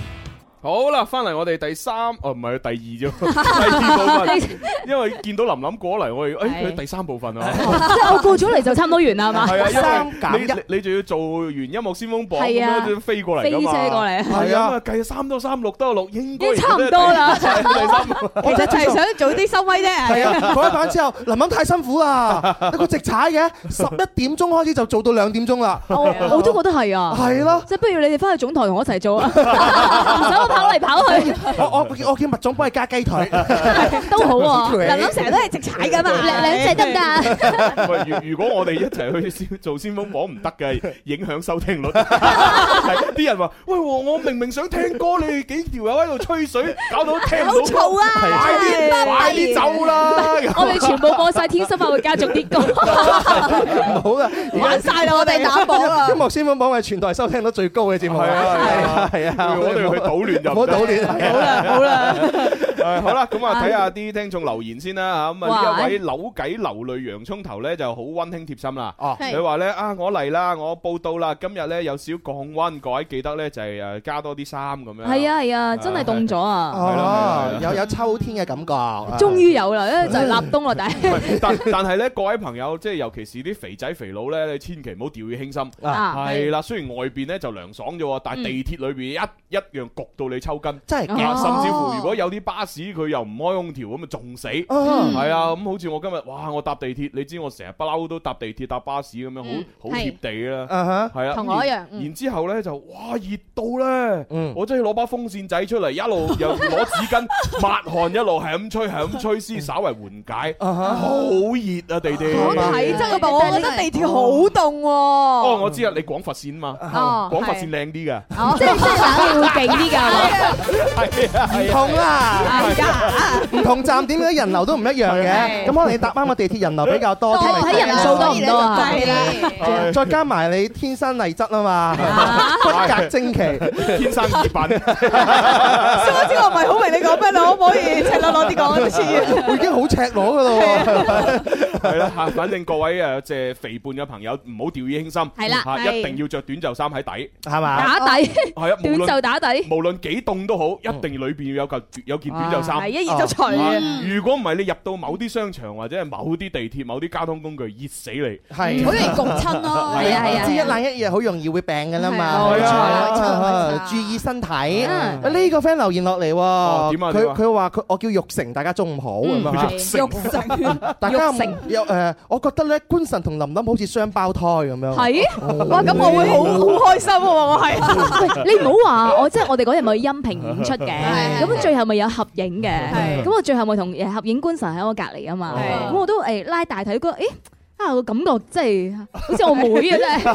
S3: 好啦，翻嚟我哋第三，哦唔 係第二啫，第二部分，因為見到林林過嚟，我哋誒
S6: 係
S3: 佢第三部分啊。
S6: 即 係我過咗嚟就差唔多完啦，係嘛？
S3: 係
S4: 三
S3: 啊，因為
S4: 減
S3: 你你你仲要做完音樂先鋒榜咁
S6: 係啊
S3: 樣都飛過嚟
S6: 飛
S3: 噶
S6: 車
S3: 嘛？
S6: 過嚟，
S3: 係啊，咁啊計三多三，六多六，應
S6: 已
S3: 該
S6: 經差唔多啦。
S3: 係 第三部
S6: 其實就係想早啲收威啫。
S4: 係啊，改版之後，林林太辛 苦啦，一個直踩嘅，十一點鐘開始就做到兩點鐘啦，
S6: 我我都覺得係啊。
S4: 係咯。
S6: 即係不如你哋翻去總台同我一齊 做啊！唔使我跑嚟跑去，
S4: 我我我叫麥總幫你加雞腿，
S6: 都好喎。
S4: 林林
S6: 成日都係直踩噶嘛，兩兩隻得唔得？
S3: 喂，如如果我哋一齊去先 做先鋒榜唔得嘅，影響收聽 率。係啲人話：喂，我我明明想聽歌，你哋幾條友喺度吹水，搞到聽唔到歌。
S6: 嘈
S10: à,
S6: 啊！
S3: 快啲
S6: 真係
S3: 快啲走啦咁
S10: 我 哋全部播晒《天生快活家族》啲歌。
S4: 唔好啦，而家
S6: 玩晒啦我哋打榜啦
S4: 音樂先鋒榜係全台收聽率最高嘅節目，係啊係啊，
S3: 我哋去搗亂就
S4: 唔好搗亂，
S3: 好
S4: 啦
S3: 好啦， 誒好啦，咁啊睇下啲聽眾留言先啦嚇，咁啊
S10: 哇
S3: 呢一位扭計流淚洋葱頭咧就好温馨貼心啦，
S4: 哦
S10: 係
S3: 佢話咧啊我嚟啦，我報到啦，今日咧有少降温，各位記得咧就係誒加多啲衫咁樣，
S10: 係啊係啊，真係凍咗啊！
S4: Ờ. 哦，有有秋天嘅感覺，
S10: 終於有啦，
S6: Ờ.
S10: 因為就係立冬啦，但係
S3: 喂，但但係咧各位朋友，即係尤其是啲肥仔肥佬咧，你千祈唔好掉以輕心。
S10: 啊
S3: 係啦，雖然外邊咧就涼爽啫喎，但係地鐵裏邊一一樣焗到你抽筋。
S4: 真係
S10: 哦
S3: 啊甚至乎如果有啲巴士佢又唔開空調咁啊，仲死。
S4: 啊
S3: 係啊，咁好似我今日，哇！我搭地鐵，你知我成日不嬲都搭地鐵搭巴士咁樣，
S10: 嗯
S3: 好好
S10: 係
S3: 貼地啦。
S4: 啊哈，
S3: 係啊，
S10: 同我一樣
S3: 然
S10: 嗯
S3: 然之後咧就哇熱到咧，
S4: 嗯
S3: 我真係攞把風扇仔出嚟，一路又攞紙巾抹汗，一路係咁吹，係咁吹先稍為緩解。
S4: 啊哈，
S3: 好熱啊，地
S6: 講
S3: 鐵。
S6: 體質嘅噃，我覺得地鐵好凍
S3: 哦，
S6: 喎。
S3: 我知啊，你廣佛線嘛，
S10: 哦
S3: 廣佛線靚啲㗎。
S10: 即係即係冷氣會勁啲㗎，係嘛
S4: 唔
S3: 係啊，係啊。
S4: 同啦，
S6: 而家
S4: 唔同站點嘅人流都唔一樣嘅，
S10: 係
S4: 咁可能你搭啱個地鐵人流比較多，
S10: 睇睇人數多唔多啊
S6: 係啦，
S4: 再加埋你天生麗質啊嘛，骨骼精奇。
S3: 天生異品，
S6: 小我知我唔係好明你講咩，你可唔可以赤裸裸啲講一次？啊
S4: 我已經好赤裸噶咯喎，
S3: 係啦嚇，反正各位誒即係肥胖嘅朋友唔好掉以輕心，
S10: 係啦
S3: 嚇
S10: 係
S3: 一定要着短袖衫喺底，
S4: 係嘛？
S10: 打底
S3: 係啊，無
S10: 短
S3: 論
S10: 袖打底，
S3: 無論幾凍都好，一定裏邊要有嚿有件短袖衫
S6: 係。一熱就除嘅。
S3: 啊如果唔係你入到某啲商場或者係某啲地鐵、某啲交通工具，熱死你。
S4: 係
S6: 好。容易焗親 咯，
S10: 係啊係啊
S4: 知一冷一熱好容易會病㗎啦嘛，
S3: 係啊
S6: 冇錯冇錯
S4: 注意身體。
S10: 嗯
S4: 呢個 friend 留言落嚟喎，
S3: 點啊
S4: 佢
S3: 點啊
S4: 佢話佢我叫玉成，大家中午好咁
S10: 嗯
S4: 啊！
S6: 肉食
S4: 大家有
S10: 玉成
S4: 有誒，我覺得咧官神同林林好似雙胞胎咁樣。
S6: Ờ.
S10: 係
S6: 哇！咁我會好好開心喎，我 係
S10: 喂，你唔好話我，即係我哋嗰日咪音屏演出 嘅，
S6: 係
S10: 咁最後咪有合影嘅，
S6: 係
S10: 咁我最後咪同誒合影官神喺我隔離啊嘛，
S6: 係
S10: 咁我都誒拉大睇，覺得誒啊個感覺真係好似我妹啊真係，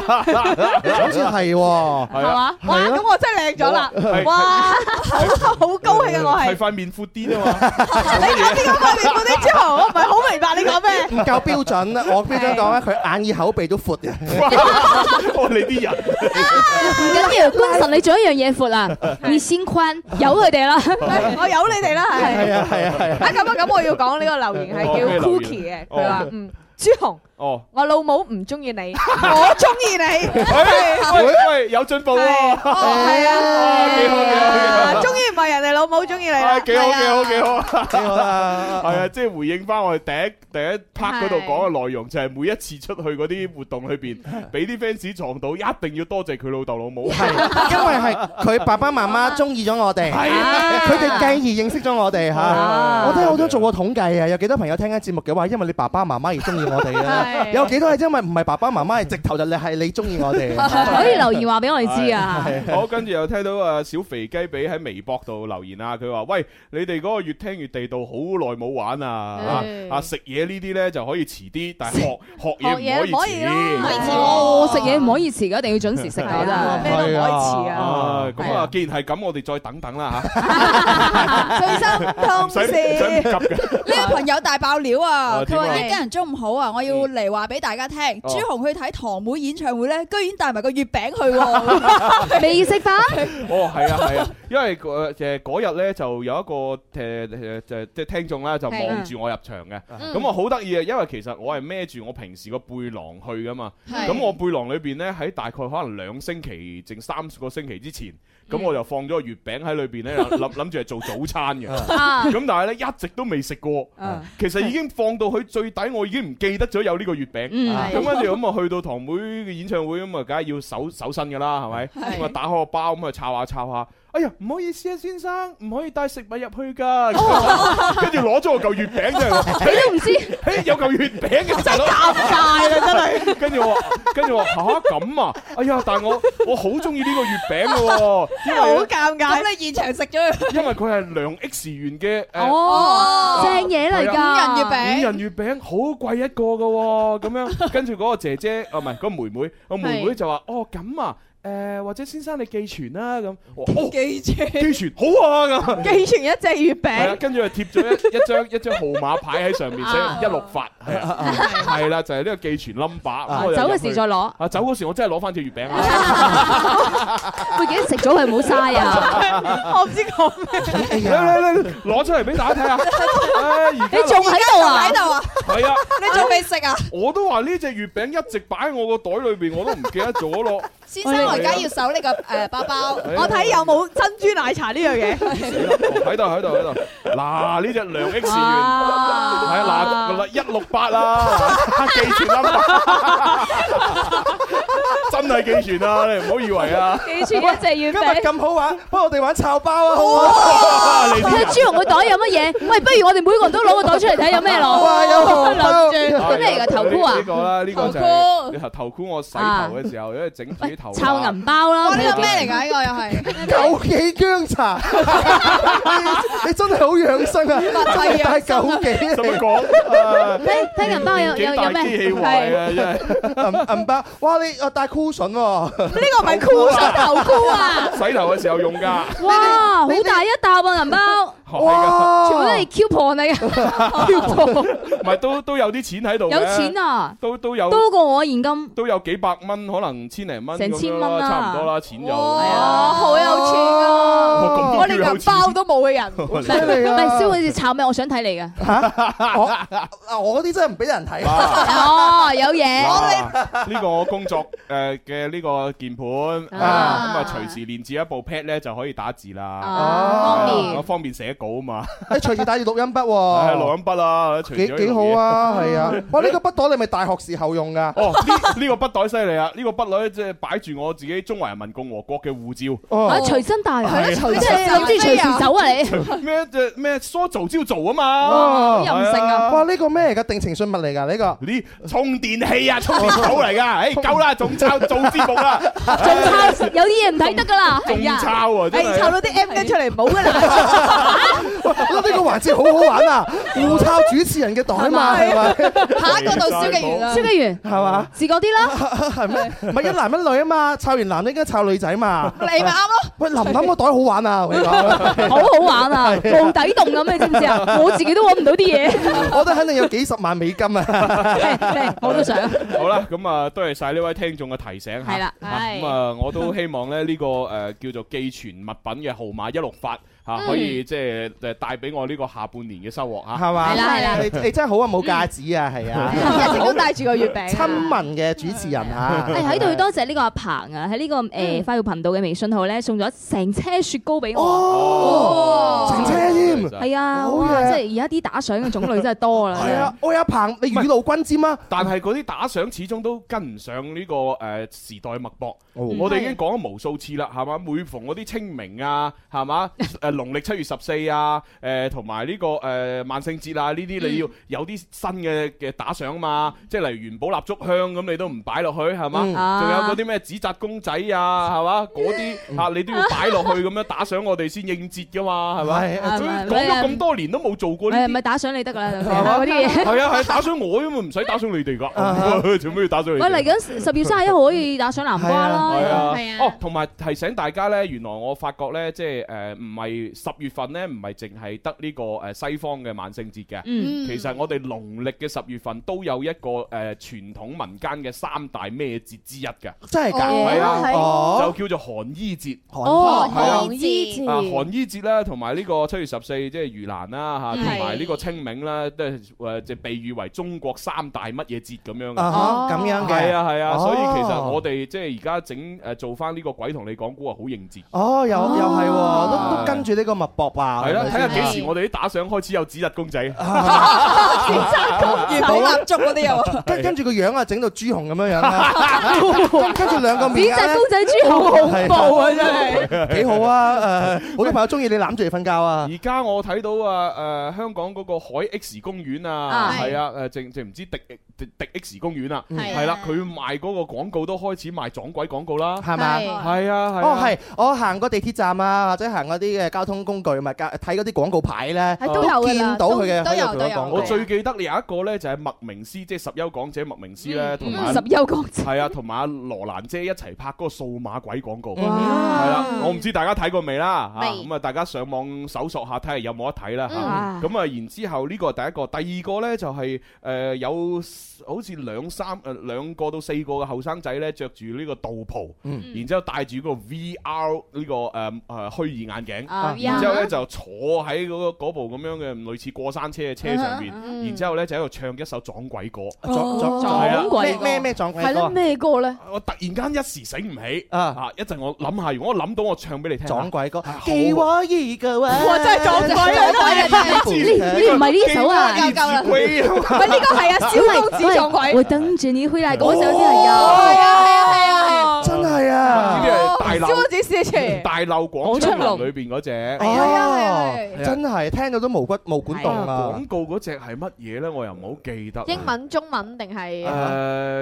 S4: 好似係喎。
S3: 係
S10: 係
S3: 啊，
S10: 嘛？
S6: 哇！咁 我真係靚咗啦
S3: 係，
S6: 哇！ 好好高興啊，我係
S3: 係。塊面闊啲啊嘛。
S6: 你講呢個你講 啲之後，我唔係好明白你講
S4: 唔
S6: 咩。
S4: 夠標準啊！我標準講咧，佢眼耳口鼻都闊 嘅。
S3: 哇！你啲人
S10: 唔緊要，官神你做一樣嘢闊 啊，你先寬，由佢哋啦，
S6: 我由你哋啦，係。
S4: 係啊係啊係啊！
S6: 啊咁啊咁，我要講呢個留言係
S3: 哦咩
S6: 叫
S3: 留
S6: Cookie
S3: 言
S6: 嘅，佢話嗯朱紅，
S3: 哦，
S6: 我老母唔中意你，我中意你，係
S3: 哎喂喂，有進步
S6: 係
S3: 喎。
S6: 哦係
S3: 啊幾好幾好幾
S6: 啊，
S3: 好
S6: 終於唔係人哋老母中意你啦
S3: 啊，，幾好
S6: 係啊
S3: 幾好幾好，
S4: 幾好啦
S3: 係啊，即係回應翻我哋第一第一 part 嗰度講嘅內容，就係每一次出去嗰啲活動裏邊，俾啲 fans 撞到，一定要多謝佢老豆老母。
S4: 係，因為係佢爸爸媽媽中意咗我哋，
S3: 係
S10: 啊
S4: 佢哋繼而認識咗我哋嚇。
S6: 啊
S4: 我都有都做過統計啊，有幾多朋友聽緊節目嘅話，因為你爸爸媽媽而中意我哋啊？
S6: 係
S4: 有幾多係因為唔係爸爸媽媽，係直頭就你係你中意 我哋。
S10: 可以留言話俾我哋知 啊。
S3: 好，跟住又聽到啊小肥雞髀喺微博度留言啊，佢話：喂，你哋嗰個越聽越地道，好耐冇玩啊！
S10: 嗯
S3: 啊食嘢呢啲咧就可以遲啲，但係學學
S6: 學
S3: 嘢
S6: 嘢
S3: 唔可以
S6: 唔可以
S3: 遲
S6: 啦。
S10: 哦，食嘢唔可以遲㗎，一定要準時食㗎
S6: 係啊，
S10: 真
S6: 咩都唔可以遲啊，
S3: 啊，咁
S10: 係
S3: 啊
S10: 啊，
S3: 既然係咁，我哋再等等啦
S6: 最心
S3: 吓，
S6: 痛
S3: 唔使唔使唔
S6: 事。
S3: 急嘅。
S12: 呢個朋友大爆料啊！
S3: 啊
S12: 佢話
S3: 點啊嗯
S12: 一家人中午好啊，我要嚟話俾大家聽，
S3: 哦
S12: 朱紅去睇堂妹演唱會咧，居然帶埋個月餅去喎。
S10: 係未食飯，
S3: 哦，係啊，係啊，因為誒誒嗰日咧就有一個誒誒誒即係聽眾啦，就望住我入場嘅，咁我好得意啊，因為其實我係孭住我平時個背囊去噶嘛。咁我背囊裏邊咧，喺大概可能兩星期剩三個星期之前，咁我就放咗個月餅喺裏邊咧，諗諗住係做早餐嘅。咁
S10: 啊
S3: 但係咧一直都未食過， 其實已經放到去最底，我已經唔記得咗有呢個月餅。
S10: 嗯
S3: 咁跟住咁啊，去到堂妹嘅演唱會咁啊，梗係要搜搜身㗎啦，係咪？咁啊，打開個包咁啊，抄 下抄下。哎呀，唔好意思啊，先生，唔可以帶食物入去㗎。跟住攞咗個嚿月 餅出嚟，
S10: 你 都唔知，
S3: 誒有嚿月 餅嘅大佬。
S6: 大啦，真係。
S3: 跟住我話，跟住我話吓咁啊！哎呀，但係我我好中意呢個月餅嘅喎，因為
S6: 好
S3: 呢
S6: 尷尬。
S12: 咁你現場食咗佢
S3: 因為佢係梁 X 元嘅誒
S10: 哦，正嘢嚟
S12: 五人月
S10: 㗎，
S12: 餅
S3: 五，仁月餅，好貴哦一個嘅喎，咁樣跟住嗰個姐姐啊，唔係嗰個妹妹，個妹妹就話哦咁啊。誒或者先生你寄存啦咁，我哦
S6: 寄存
S3: 寄存好啊咁，
S6: 寄存一隻月
S3: 係啦，
S6: 餅，
S3: 跟住就貼咗一 一張一張號碼牌喺上面
S6: 啊
S3: 寫一六八，係啊係啦，就係呢個寄存 number 咁我就
S10: 走嘅
S3: 入去
S10: 時再攞
S3: 啊走嗰時我真係攞翻隻月餅啊！
S10: 會記得食咗佢冇嘥啊！
S6: 我唔知講
S3: 嚟嚟嚟，攞出嚟俾大家睇下。 唉而家
S10: 你仲喺度啊
S12: 喺度啊！
S3: 係啊，
S12: 你仲未食啊？
S3: 我都話呢隻月餅一直擺喺我個袋裏邊，我都唔記得咗咯。哎
S12: 先生，我而家要搜你個誒包包，
S3: 哎呀
S6: 我睇有冇 珍珠奶茶呢樣嘢。
S3: 哎喺度喺度喺度，嗱呢只梁 X 元，係啊
S6: 哇
S3: 嗱嗱一六八啦，記住 啦，真係記住啦，你唔好以為啊，
S10: 記住一隻月
S4: 今日
S10: 餅。
S4: 咁好玩，不如我哋玩炒包啊！好唔好？
S3: 哇你啲
S10: 睇
S3: 人
S10: 下朱紅個袋有乜嘢？喂，不如我哋每個人都攞個袋出嚟睇 有咩攞。
S4: 哇有紅包
S3: 哎
S10: 諗住啲咩嚟㗎？頭箍啊
S3: 呢？個啦，呢個就
S10: 頭
S3: 係你頭頭箍，我洗頭嘅時候，因為整自己頭啊髮。
S10: 啊抄銀包啦！
S12: 哇！呢個
S10: 冇
S12: 咩
S10: 嘢
S12: 嚟㗎？呢個又係
S4: 枸杞 姜茶，你真係好養生啊！
S12: 係
S4: 但係枸杞
S3: 使 乜講？啊
S10: 睇睇銀包有有有咩？
S3: 幾大機器壞啊！真係
S4: 銀銀包，哇！你啊帶 cushion 喎，
S6: 呢個咪箍上頭箍 啊！
S3: 洗頭嘅時候用㗎，
S10: 哇，好大一沓啊！銀
S3: 哦
S10: 包，
S3: 哇
S10: 全部都係 coupon 嚟 嘅 coupon
S3: 唔係都都有啲錢喺度嘅
S10: 哦有錢，啊，
S3: 都都有
S10: 多過我現金。
S3: 都有幾百蚊，可能千零蚊咁樣啦，
S10: 成千蚊啊啦
S3: 差唔多啦，錢就
S6: 哇，好有錢啊！
S3: 哦哇
S6: 我連銀包都冇嘅 人，
S4: 犀利
S10: 唔係
S4: 啊！
S10: 燒好似炒咩？我想睇你嘅。
S4: 我啊我嗰啲真係唔俾人睇，啊
S10: 哦，有嘢。
S3: 嗱呢個我工作誒嘅呢個鍵盤啊，咁啊隨時連接一部 pad 咧就可以打字啦，
S10: 啊，方
S3: 我
S10: 便。
S3: 方便寫稿啊嘛，
S4: 你隨時帶住錄音筆
S3: 係
S4: 喎，
S3: 錄音筆啦，隨時
S4: 哦幾
S3: 有呢
S4: 幾
S3: 樣
S4: 好
S3: 嘢！
S4: 啊！係 啊， 哇！呢個筆袋你咪大學時候用㗎。
S3: 哦，呢呢個筆袋犀利啊！呢個筆袋即係擺住我自己中華人民共和國嘅護照。
S10: 啊，
S4: 哦，
S10: 隨身帶啊，
S12: 係咯
S10: 你
S12: 隨
S10: 真係
S12: 身
S10: 諗住隨時走 啊你。
S3: 咩即係咩梳做朝做啊
S4: Ờ,
S3: 嘛，
S4: 哦
S10: 好任性啊！
S4: 哇！呢個咩嚟㗎？定情信物嚟㗎？呢個
S3: 呢充電器啊，充電寶嚟噶，誒夠啦，仲抄做節目
S10: à?
S3: 啦，
S10: 仲抄有啲嘢唔睇得㗎啦，
S3: 仲
S10: 係啊。
S3: 抄啊，
S6: 誒，
S3: 真係
S6: 湊到啲 M 巾出嚟冇㗎啦。
S4: 哇呢個環節好好玩啊！互抄主持人嘅袋嘛，係咪？
S12: 下一個到消極員啦
S10: 消。機員
S4: 係嘛？
S10: 自覺啲啦，
S4: 係咩？唔係一男一女啊嘛，抄完男應該抄女仔嘛。
S12: 你咪啱 咯，
S4: 喂，琳琳個袋好玩啊！我同你講，
S10: 好好玩啊，無底洞咁，你知唔知啊？我自己都揾唔到啲嘢，
S4: 我覺得肯定有幾十萬美金啊！
S10: 係係我都想。
S3: 好啦，咁啊，多謝晒呢位聽眾嘅提醒嚇。
S10: 係啦
S3: 啊
S10: 係
S3: 咁啊，我都希望咧呢個誒叫做寄存物品嘅號碼一六八嚇，
S10: 嗯
S3: 可以即係誒帶俾我呢個下半年嘅收穫嚇。
S4: 係嘛？
S10: 係啦係啦
S4: 你你真係好啊，冇架子啊，係啊，
S6: 一直都帶住個月餅
S4: 親
S6: 啊。
S4: 民嘅主持人啊！
S10: 誒哎喺度要多謝呢個阿鵬啊，喺呢個誒快活頻道嘅微信號咧送咗成車雪糕俾我，
S4: 哦，乘車添，
S10: 係啊，
S4: 好
S10: 哇！
S4: 嘢
S10: 即係而家啲打賞嘅種類真係多啦，
S4: 係啊！喂，阿鵬，你雨露均沾啊！
S3: 但係嗰啲打賞始終都跟唔上呢個誒時代脈搏。
S4: 哦
S3: 我哋已經講咗無數次啦，係嘛？每逢嗰啲清明啊，係嘛？誒農曆七月十四啊，誒同埋呢個誒萬聖節啊，呢啲
S4: 嗯
S3: 你要有啲新嘅嘅打賞啊嘛，即係例如元寶蠟燭香咁，你都唔擺落去係嘛？
S4: 嗯
S10: 啊
S3: 仲有嗰啲咩紙紮公仔啊，係嘛？嗰
S4: 嗯
S3: 啲啊你都要擺落去咁樣打賞我哋先應節噶嘛，係咪？
S4: 係啊
S10: 係咪
S3: 講咗咁多年都冇做過呢
S10: 誒
S3: 啲
S10: 咪打賞你得㗎 啦，嗰啲嘢。
S3: 係啊，係打賞我，因為唔使打賞你哋噶， 做咩要打賞你
S10: 喂，
S3: 哋
S10: 嚟？緊十月三十一號可以打賞南瓜
S3: 啊係
S10: 啦，
S3: 啊，哦，同埋提醒大家咧，原來我發覺咧，即係誒，唔係十月份咧，唔係淨係得呢個誒西方嘅萬聖節嘅。
S10: 嗯，
S3: 其實我哋農曆嘅十月份都有一個誒傳統民間嘅三大咩節之一嘅，
S4: 真係㗎，
S3: 係啊，
S4: 哦，
S3: 就叫做寒衣節。
S10: 哦，
S3: 係啊
S10: 寒衣
S3: 啊，
S10: 節，
S3: 寒衣節啦，同埋呢個七月十四即係盂蘭啦嚇，同埋呢個清明啦，都係誒即係被譽為中國三大乜嘢節咁樣嘅。
S12: 哦
S4: 啊哈咁樣
S3: 係
S4: 嘅，
S3: 啊係啊，
S4: 哦
S3: 所以其實我哋即係而家整誒做翻呢個鬼同你講古啊，好應節。
S4: 哦，又又係喎，都
S3: 哦
S4: 都跟住呢個脈搏吧，
S3: 係啦，
S4: 係咪啊
S3: 睇下幾時我哋啲打賞開始有指日公仔。
S12: 月餅蠟燭嗰啲 又啊，
S4: 跟跟住個樣啊，整到朱紅咁樣樣啦，跟跟住兩個
S10: 紙
S4: 面啊
S10: 紮
S4: 咧
S10: 公仔豬好恐怖啊，真係。
S4: 幾好啊！誒，好多朋友中意你攬住嚟瞓覺啊！
S3: 而家我睇到啊誒香港嗰個海 X 公園啊，
S10: 啊
S3: 係啊誒，淨淨唔知迪迪迪 X 公園啊，
S4: 嗯
S3: 係啦，佢賣嗰個廣告都開始賣撞鬼廣告啦，
S4: 係嘛？
S3: 係啊，係啊
S4: 哦，係，我行過地鐵站啊，或者行嗰啲嘅交通工具，咪交睇嗰啲廣告牌咧，
S3: 係都有㗎啦
S4: 啊見到佢嘅，
S3: 都
S4: 喺度佢嘅廣告
S3: 我最記得有一個咧，就係麥明詩，即係十優港姐麥明詩咧，同埋
S10: 嗯十優港姐
S3: 係啊，同埋阿羅蘭姐一齊拍嗰個數碼鬼廣告，係
S10: 哇
S3: 啦，我唔知大家睇過未啦嚇，
S10: 未
S3: 咁啊大家上網搜索下睇下有冇得睇啦
S10: 嗯
S3: 嚇。咁啊然之後呢個係第一個，第二個咧就係誒有好似兩三誒兩個到四個嘅後生仔咧，着住呢個道袍，然之後戴住個 VR 呢個誒誒虛擬眼
S1: 啊
S3: 鏡，
S1: VR
S3: 然之後咧就坐喺嗰個嗰部咁樣嘅類似過山車嘅車上邊
S10: 嗯哼，
S3: 然之後咧就喺度唱一首撞鬼歌，
S4: 撞撞
S3: 係啊
S4: 撞鬼哦咩咩咩撞鬼歌
S10: 哦係咯，咩歌咧？
S3: 我突然間一時醒唔起
S4: 啊！
S3: 一陣我諗下，如果我諗到，我唱俾你聽。啊撞
S4: 鬼歌，
S3: 幾
S4: 給我一個吻。
S3: 哇真係撞鬼啊真係
S10: 呢呢唔係呢 首啊，
S3: 夠夠啦唔係
S10: 呢個係啊，小公子撞鬼。我等住你回來嗰首先哦係有。
S6: 係啊係啊係啊
S4: 真係啊！
S10: 哦
S3: 呢啲係
S6: 小
S3: 大
S6: 公
S3: 漏
S6: 子先出嚟
S3: 大漏廣昌隆裏邊嗰只。
S10: 啊
S4: 哦
S3: 係啊
S4: 真係聽到都毛骨毛管動啊！
S3: 廣告嗰只係乜嘢咧？我又唔好記得。
S9: 英文、中文定係？
S10: 啊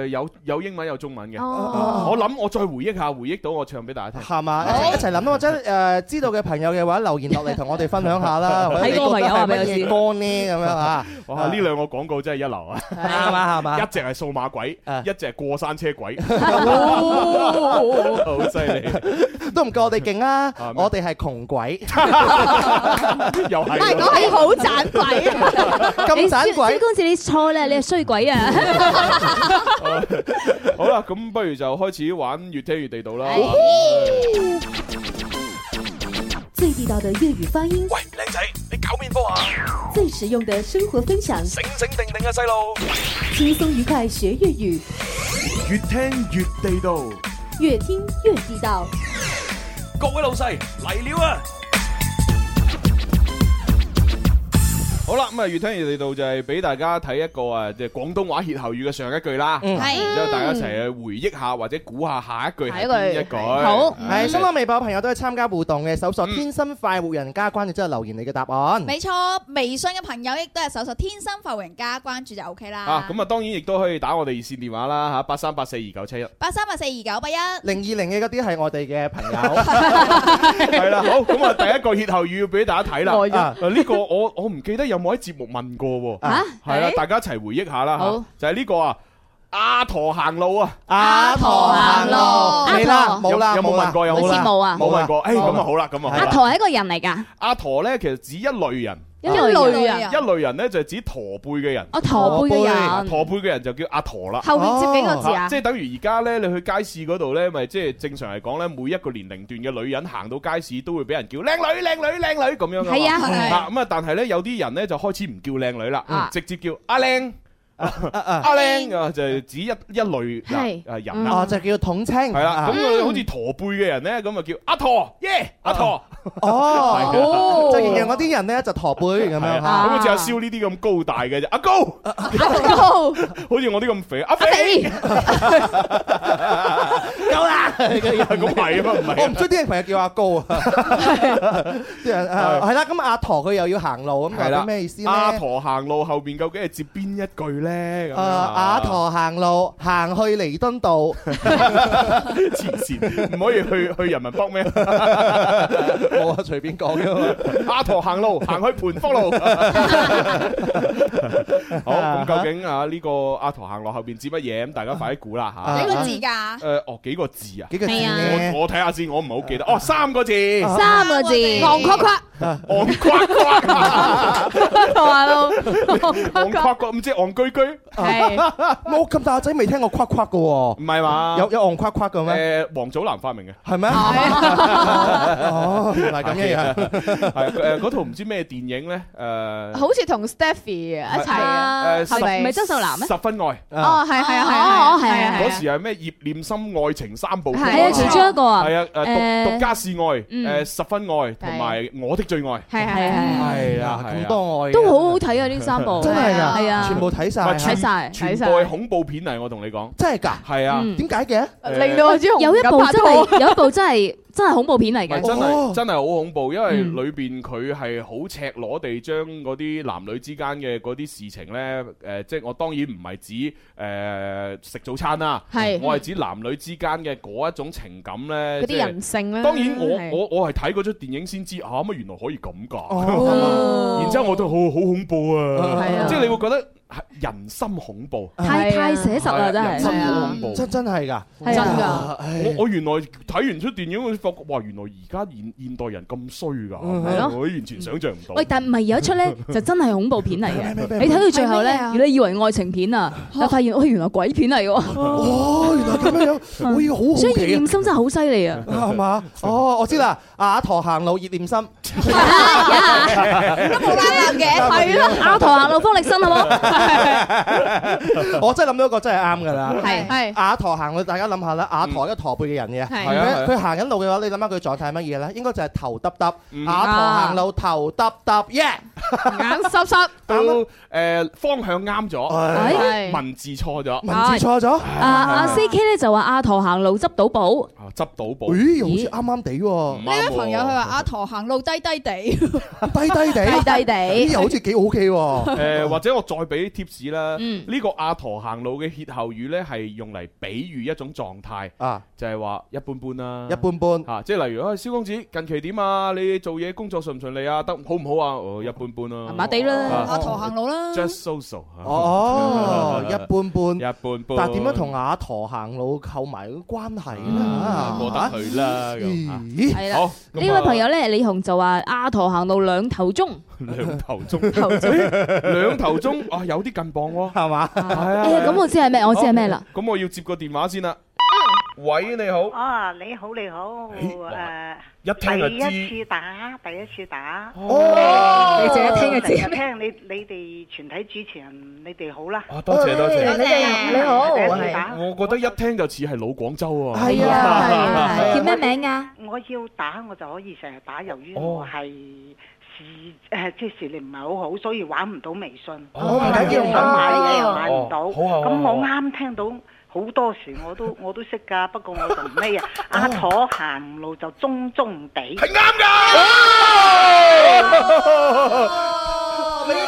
S3: 誒有有英文有中文嘅，
S9: 哦
S3: 我諗我再回憶下，回憶到我唱俾大家聽。
S4: 係嘛？一齊一齊諗啦， 或者誒知道嘅朋友嘅話，留言落嚟同我哋分享 下啦。或者你
S3: 睇過
S4: 覺得
S3: 朋友
S4: 係
S3: 話俾
S4: 乜
S3: 我知
S4: 嘢歌呢？咁樣啊？
S3: 哇！呢兩個廣告真係一流啊，
S4: 係嘛係嘛啊
S3: 一隻係數碼鬼，一隻係過山 車鬼，
S4: 哦
S3: 好犀利，
S4: 都唔夠我哋勁啊
S3: 啊！咩
S4: 我哋係窮 鬼，
S3: 又係
S4: 係講起好盞鬼啊 咁盞鬼
S10: 小公子你錯
S3: 嗯
S10: 啦，你係衰鬼啊！
S3: 好啦，咁不如就開始玩越聽越地道啦。
S10: 哎
S13: 最地道的粵語發音，
S3: 喂，靚仔，你搞面科啊？
S13: 最實用的生活分享，
S3: 醒醒定定啊，細路！
S13: 輕鬆愉快學粵語，
S3: 越聽越地道，
S13: 越聽越地道。
S3: 各位老細嚟了啊！好啦，咁啊，越聽越地道就係俾大家睇一個啊，即係廣東話歇後語嘅上一句啦。
S4: 嗯
S3: 然
S4: 係
S3: 之後大家一齊去回憶下或者估下下一句係邊一句。啊
S4: 係新浪微博嘅朋友都係參加互動嘅，搜索天生快活人家，關注之後留言你嘅答
S3: 嗯
S4: 案。
S12: 冇錯，微信嘅朋友亦都係搜索天生浮人加關注就 O K
S3: 啊
S12: 啦，。
S3: 咁啊，當然亦都可以打我哋熱線電話啦，吓八三八四二九七一。
S12: 八三八四二九八一，
S4: 零二零嘅嗰啲係我哋嘅 朋友。
S3: 係啦，好，咁啊，第一個歇後語要俾大家睇啦。
S4: 呆咗
S3: 啊呢個我我唔記得有冇喺節目問過喎。
S4: 啊
S3: 係啦，
S4: 係
S3: 大家一齊回憶下啦。
S4: 好
S3: 嚇就係呢個啊，阿陀行路啊，
S4: 阿陀行路
S10: 未啦冇啦
S3: 有有冇
S10: 冇啦
S3: 問過？有
S10: 好似冇啊
S3: 冇問過。誒，
S10: 冇啊
S3: 咁啊好啦，咁啊好啦
S10: 阿陀係一個人嚟㗎，
S3: 阿陀咧，其實指一類人。
S10: 一類人
S3: 一類人咧就係指駝背嘅人。
S10: 哦駝背嘅人駝
S3: 駝背嘅人就叫阿陀啦。
S10: 後面接幾個字啊
S3: 即係等於而家咧，你去街市嗰度咧，咪即係正常嚟講咧，每一個年齡段嘅女人行到街市都會俾人叫靚女、靚女、靚女咁樣㗎嘛
S1: 係啊係
S3: 啊咁啊，但係咧有啲人咧就開始唔叫靚女啦
S10: 嗯
S1: 啊，
S3: 直接叫阿靚。阿靚啊，就係指一一類
S4: 係
S3: 啊
S10: 嗯
S3: 人啦
S4: 哦，。就叫統稱。
S3: 係啦，咁佢
S4: 啊
S3: 好似駝背嘅人咧，咁啊叫阿陀耶，阿陀。係啊
S4: 哦，就形容嗰啲人咧就駝背咁
S3: 係
S4: 樣
S3: 啊
S4: 嚇
S3: 咁好似阿蕭呢啲咁高大嘅啫，阿高，阿
S4: 高，
S3: 好似我啲咁肥，阿肥，
S4: 夠 啦，
S3: 啊咁係啊嘛，唔係啊
S4: 我唔中意啲人朋友叫阿 高啊，啲人啊係啦，咁阿陀佢又要行路咁，
S3: 係
S4: 有
S3: 啦
S4: 啲咩意思咧？
S3: 阿陀行路後邊究竟係接邊一句咧？
S4: 誒
S3: 咁樣啊
S4: 阿陀行路行去彌敦道，
S3: 黐線，唔可以去去人民北咩？
S4: 冇啊，隨便講啫嘛。
S3: 阿陀行路行去盤 福路。 好，咁究竟啊呢個阿陀行路後邊指乜嘢？咁大家快啲估啦嚇。
S12: 幾個字㗎
S3: 誒，哦幾個字啊？
S4: 幾個字
S12: 係啊
S3: 我我睇下先，我唔係好記得。哦，三個字。
S10: 三個字，
S3: 戇誇誇戇誇誇，
S10: 同埋咯，
S3: 戇誇誇，唔知戇居居，
S4: 係我咁大個仔未聽過誇誇嘅喎，
S3: 唔係嘛？
S4: 有有戇誇誇嘅咩？
S3: 誒，王祖藍發明嘅，
S4: 係咩？哦，原來咁嘅樣。
S3: 係誒嗰套唔知咩電影咧？誒，
S9: 好似同 Stephy 一齊
S3: 誒
S10: 啊
S9: 嘅，係咪？
S3: 呃十分愛。
S9: 哦，係係啊係啊係啊係啊係
S3: 嗰
S9: 啊！
S3: 時係咩葉念心愛情三部曲
S9: 係啊其中一個啊
S3: 係啊，誒
S9: 誒
S3: 獨獨家是愛，誒
S9: 嗯
S3: 十分愛同埋我的最愛，
S9: 係係係
S3: 係啊，
S4: 咁多愛
S10: 都好好睇啊！呢三三部，
S4: 真係㗎
S10: 係啊，
S4: 全部睇晒
S3: 唔係全
S10: 睇晒
S3: 全
S10: 睇晒嗯
S3: 部係恐怖片嚟，我同你講。
S4: 真係㗎？
S3: 係啊。
S4: 點解嘅？
S3: 誒令到阿朱紅
S10: 有一
S3: 唔
S10: 部
S3: 敢拍
S10: 真
S3: 拖
S10: 係有一部真係真係恐怖片嚟
S3: 唔係
S10: 嘅，
S3: 真係真係好恐怖，因為
S9: 嗯
S3: 裏邊佢係好赤裸地將嗰啲男女之間嘅嗰啲事情呢，誒、即係我當然唔係指誒、食早餐啦，
S9: 係
S3: 我係指男女之間嘅嗰一種情感呢，
S9: 嗰
S3: 即
S9: 啲
S3: 係
S9: 人性咧。
S3: 當然我
S9: 係
S3: 我我係睇嗰出電影先知啊，乜原來可以咁㗎，
S9: 哦
S3: 然之後我都好好恐怖
S4: 係
S3: 啊
S4: 啊，
S3: 即係你會覺得係人心恐怖，
S10: 太太寫實啦，
S3: 係
S10: 真
S3: 人心
S10: 係。
S3: 好恐怖，
S4: 真真係㗎，
S10: 係啊
S4: 哇
S3: 我我原來睇完出電影，我就發覺哇，原來而家現現代人咁衰㗎，
S10: 嗯係咯
S3: 我完全想象唔到。
S10: 喂，但唔係有一 出咧，就真係恐怖片嚟嘅。你睇到最
S9: 係
S10: 後
S9: 咩
S10: 咧
S9: 啊，
S10: 你以為愛情片啊，但發現哦，原來鬼片嚟喎。
S4: 哦，原來 咁樣樣，我要好好
S10: 所以
S4: 奇
S10: 念
S4: 啊
S10: 心真係好犀利啊！
S4: 係 嘛？哦，我知啦，阿陀行路熱念心，
S10: 都冇啱 嘅，係咯，阿陀行路方力申好冇？
S4: 我真係諗到一個真係啱㗎啦。
S10: 係
S9: 係
S4: 阿陀行路，大家諗下啦，阿陀一個駝背嘅人嘅，
S9: 係係啊
S4: 佢
S9: 係
S4: 佢行緊路嘅話，你諗下佢狀態係乜嘢咧？應該就係頭耷耷，阿陀
S9: 啊
S4: 行路頭耷耷耶！
S9: 眼濕 濕，
S3: 都誒方向啱咗，
S10: 哎
S3: 文字錯咗，
S10: 文字錯
S4: 咗。
S10: 啊阿 C K 咧就話阿陀行路執到寶，
S3: 啊執到寶，
S4: 咦，好似啱啱地喎，
S12: 呢位朋友佢話阿陀行路低 低地，
S4: 低低地，
S12: 低低地
S4: 咦，又好似幾 OK
S10: 哦
S4: 喎。
S3: 誒呃或者我再俾啲 tips 啦，
S12: 嗯
S3: 呢個阿陀行路嘅歇後語呢，係用嚟比喻一種狀態
S4: 啊，
S3: 就係話一般般啦，
S4: 一般般
S3: 嚇，即係例如啊，蕭公子近期點啊？你做嘢工作順唔順利啊？得好唔好啊？哦，一般般啦，
S10: 麻麻地啦
S3: 啊
S12: 阿陀行路啦，
S3: ，just 啊 so so，
S4: 哦，一般般，
S3: 一般般，
S4: 但係點樣同阿陀行路扣埋個關係
S3: 嗯過
S4: 咧？
S3: 得去啦咁啊
S4: 咦
S10: 係
S3: 好
S10: 啦。
S3: 咁
S10: 呢位
S3: 啊
S10: 朋友咧，李紅就話阿陀行路兩頭鐘，
S3: 兩頭鐘，
S10: 頭鐘
S3: 咦兩頭鐘啊，有啲近磅喎，
S4: 係嘛？
S3: 係啊
S10: 哎，呀咁我知係咩我知係咩啦啊
S3: 好。咁我要接個電話先啦。喂，你好，
S14: 啊，你好，你好，誒，
S3: 一聽就
S14: 第
S3: 知。
S14: 一次打，第一次打。
S3: 哦你淨係聽就知
S14: 成日聽 你你哋全體主持人，你哋好啦。
S3: 啊多謝多謝，
S14: 哦你哋你好
S3: 我
S14: 係啊
S3: 我覺得一聽就似係老廣州啊。
S14: 係啊係啊係啊
S10: 叫咩名啊？
S14: 我要打我就可以成日打，由於
S3: 哦
S14: 我係視誒即係視力唔係好好，所以玩唔到微信。
S3: 哦
S14: 我
S3: 唔緊要
S14: 想買
S3: 唔緊要
S14: 嘢買唔到。
S3: 哦好啊好啊
S14: 咁
S3: 好啊
S14: 我啱聽到好多時我都我都識㗎，不過我就唔咩
S3: 哦
S14: 啊。阿駝行路就中中地。係啱
S3: 㗎。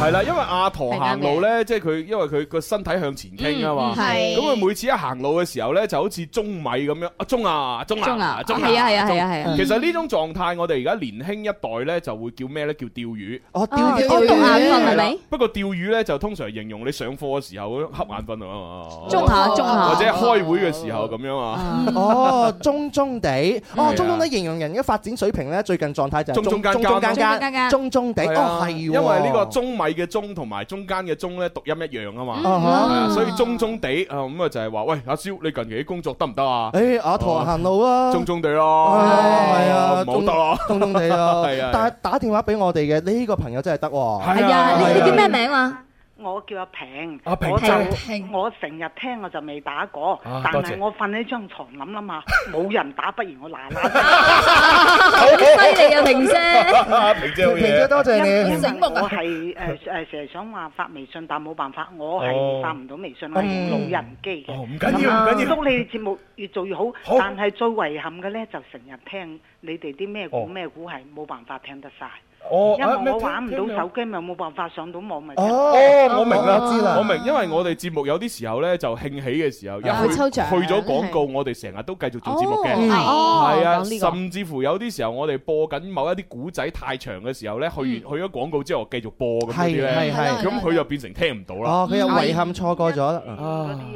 S3: 係啦，因為阿陀行路咧，即係佢因為佢個身體向前傾啊嘛，
S10: 嗯嗯係
S3: 咁佢每次一行路嘅時候咧，就好似鐘米咁樣，啊鐘啊鐘
S10: 鐘啊
S3: 啊鐘
S10: 係啊係啊係啊係啊
S3: 其實呢種狀態，我哋而家年輕一代咧就會叫咩咧？叫釣魚。
S4: 哦，
S10: 釣魚哦釣眼瞓係咪？
S3: 不過釣魚咧就通常形容你上課嘅時候瞌眼瞓啊嘛，
S10: 中下中下
S3: 或者開會嘅時候咁樣啊。
S4: 哦，中中地，哦
S3: 係，啊
S4: 中中地形容人嘅發展水平咧，最近狀態就係
S3: 中中間
S4: 中
S3: 間
S4: 中
S3: 中中
S4: 間
S3: 間
S4: 間，
S3: 間
S4: 中中地，
S3: 係
S4: 哦
S3: 啊
S4: 係喎，
S3: 因為呢個中米嘅中同埋中間嘅中咧讀音一樣啊嘛，
S4: 嗯
S3: 係啊
S4: 嗯
S3: 所以中中地啊咁啊就係話，喂阿蕭，你近期啲工作得唔得啊？
S4: 誒阿陀行路啊，
S3: 中中地咯，哦
S4: 係啊，
S3: 唔好得咯，
S4: 中 中地咯
S3: 係啊，
S4: 但係打電話俾我哋嘅呢個朋友真係得喎，
S3: 係啊
S4: 係
S3: 你你叫咩
S10: 名啊？
S14: 我叫阿平，
S4: 阿平
S14: 我就
S4: 平
S14: 我成日聽我就未打過，
S4: 啊
S14: 但
S4: 多
S14: 係
S4: 謝
S14: 我瞓喺張床諗諗下，冇人打，不如我嗱嗱
S10: 好犀利啊平姐
S3: 平姐好嘢平姐多謝你
S14: 因為
S10: 醒目啊
S14: 我係誒誒成日想話發微信，但冇辦法，我係
S3: 哦
S14: 發唔到微信，我係
S3: 嗯
S14: 老人機嘅。唔
S3: 緊要唔緊要
S14: 祝你哋節目越做越好。但係最遺憾嘅咧，就成日聽你哋啲咩股
S3: 哦
S14: 咩股係冇辦法聽得晒。
S3: 哦
S14: 因
S3: 啊咩
S14: 為我
S3: 聽
S14: 玩唔
S3: 聽
S14: 到
S3: 到
S14: 手機，咪冇辦法上到網咪。
S3: 哦，我明啦，
S4: 我知啦
S3: 我明，因為我哋節目有啲時候咧就興起嘅時候，一
S9: 啊
S3: 去
S9: 抽獎
S3: 去咗廣告，我哋成日都繼續做節目嘅，
S9: 哦哦
S3: 係啊，
S9: 講呢個
S3: 甚至乎有啲時候我哋播緊某一啲古仔太長嘅時候咧，去完去咗廣告之後繼續播咁嗰啲
S4: 係
S3: 咧
S4: 嗯係係，
S3: 咁佢就變成聽唔到啦。
S4: 哦，佢又遺憾錯過咗啦，啊，嗯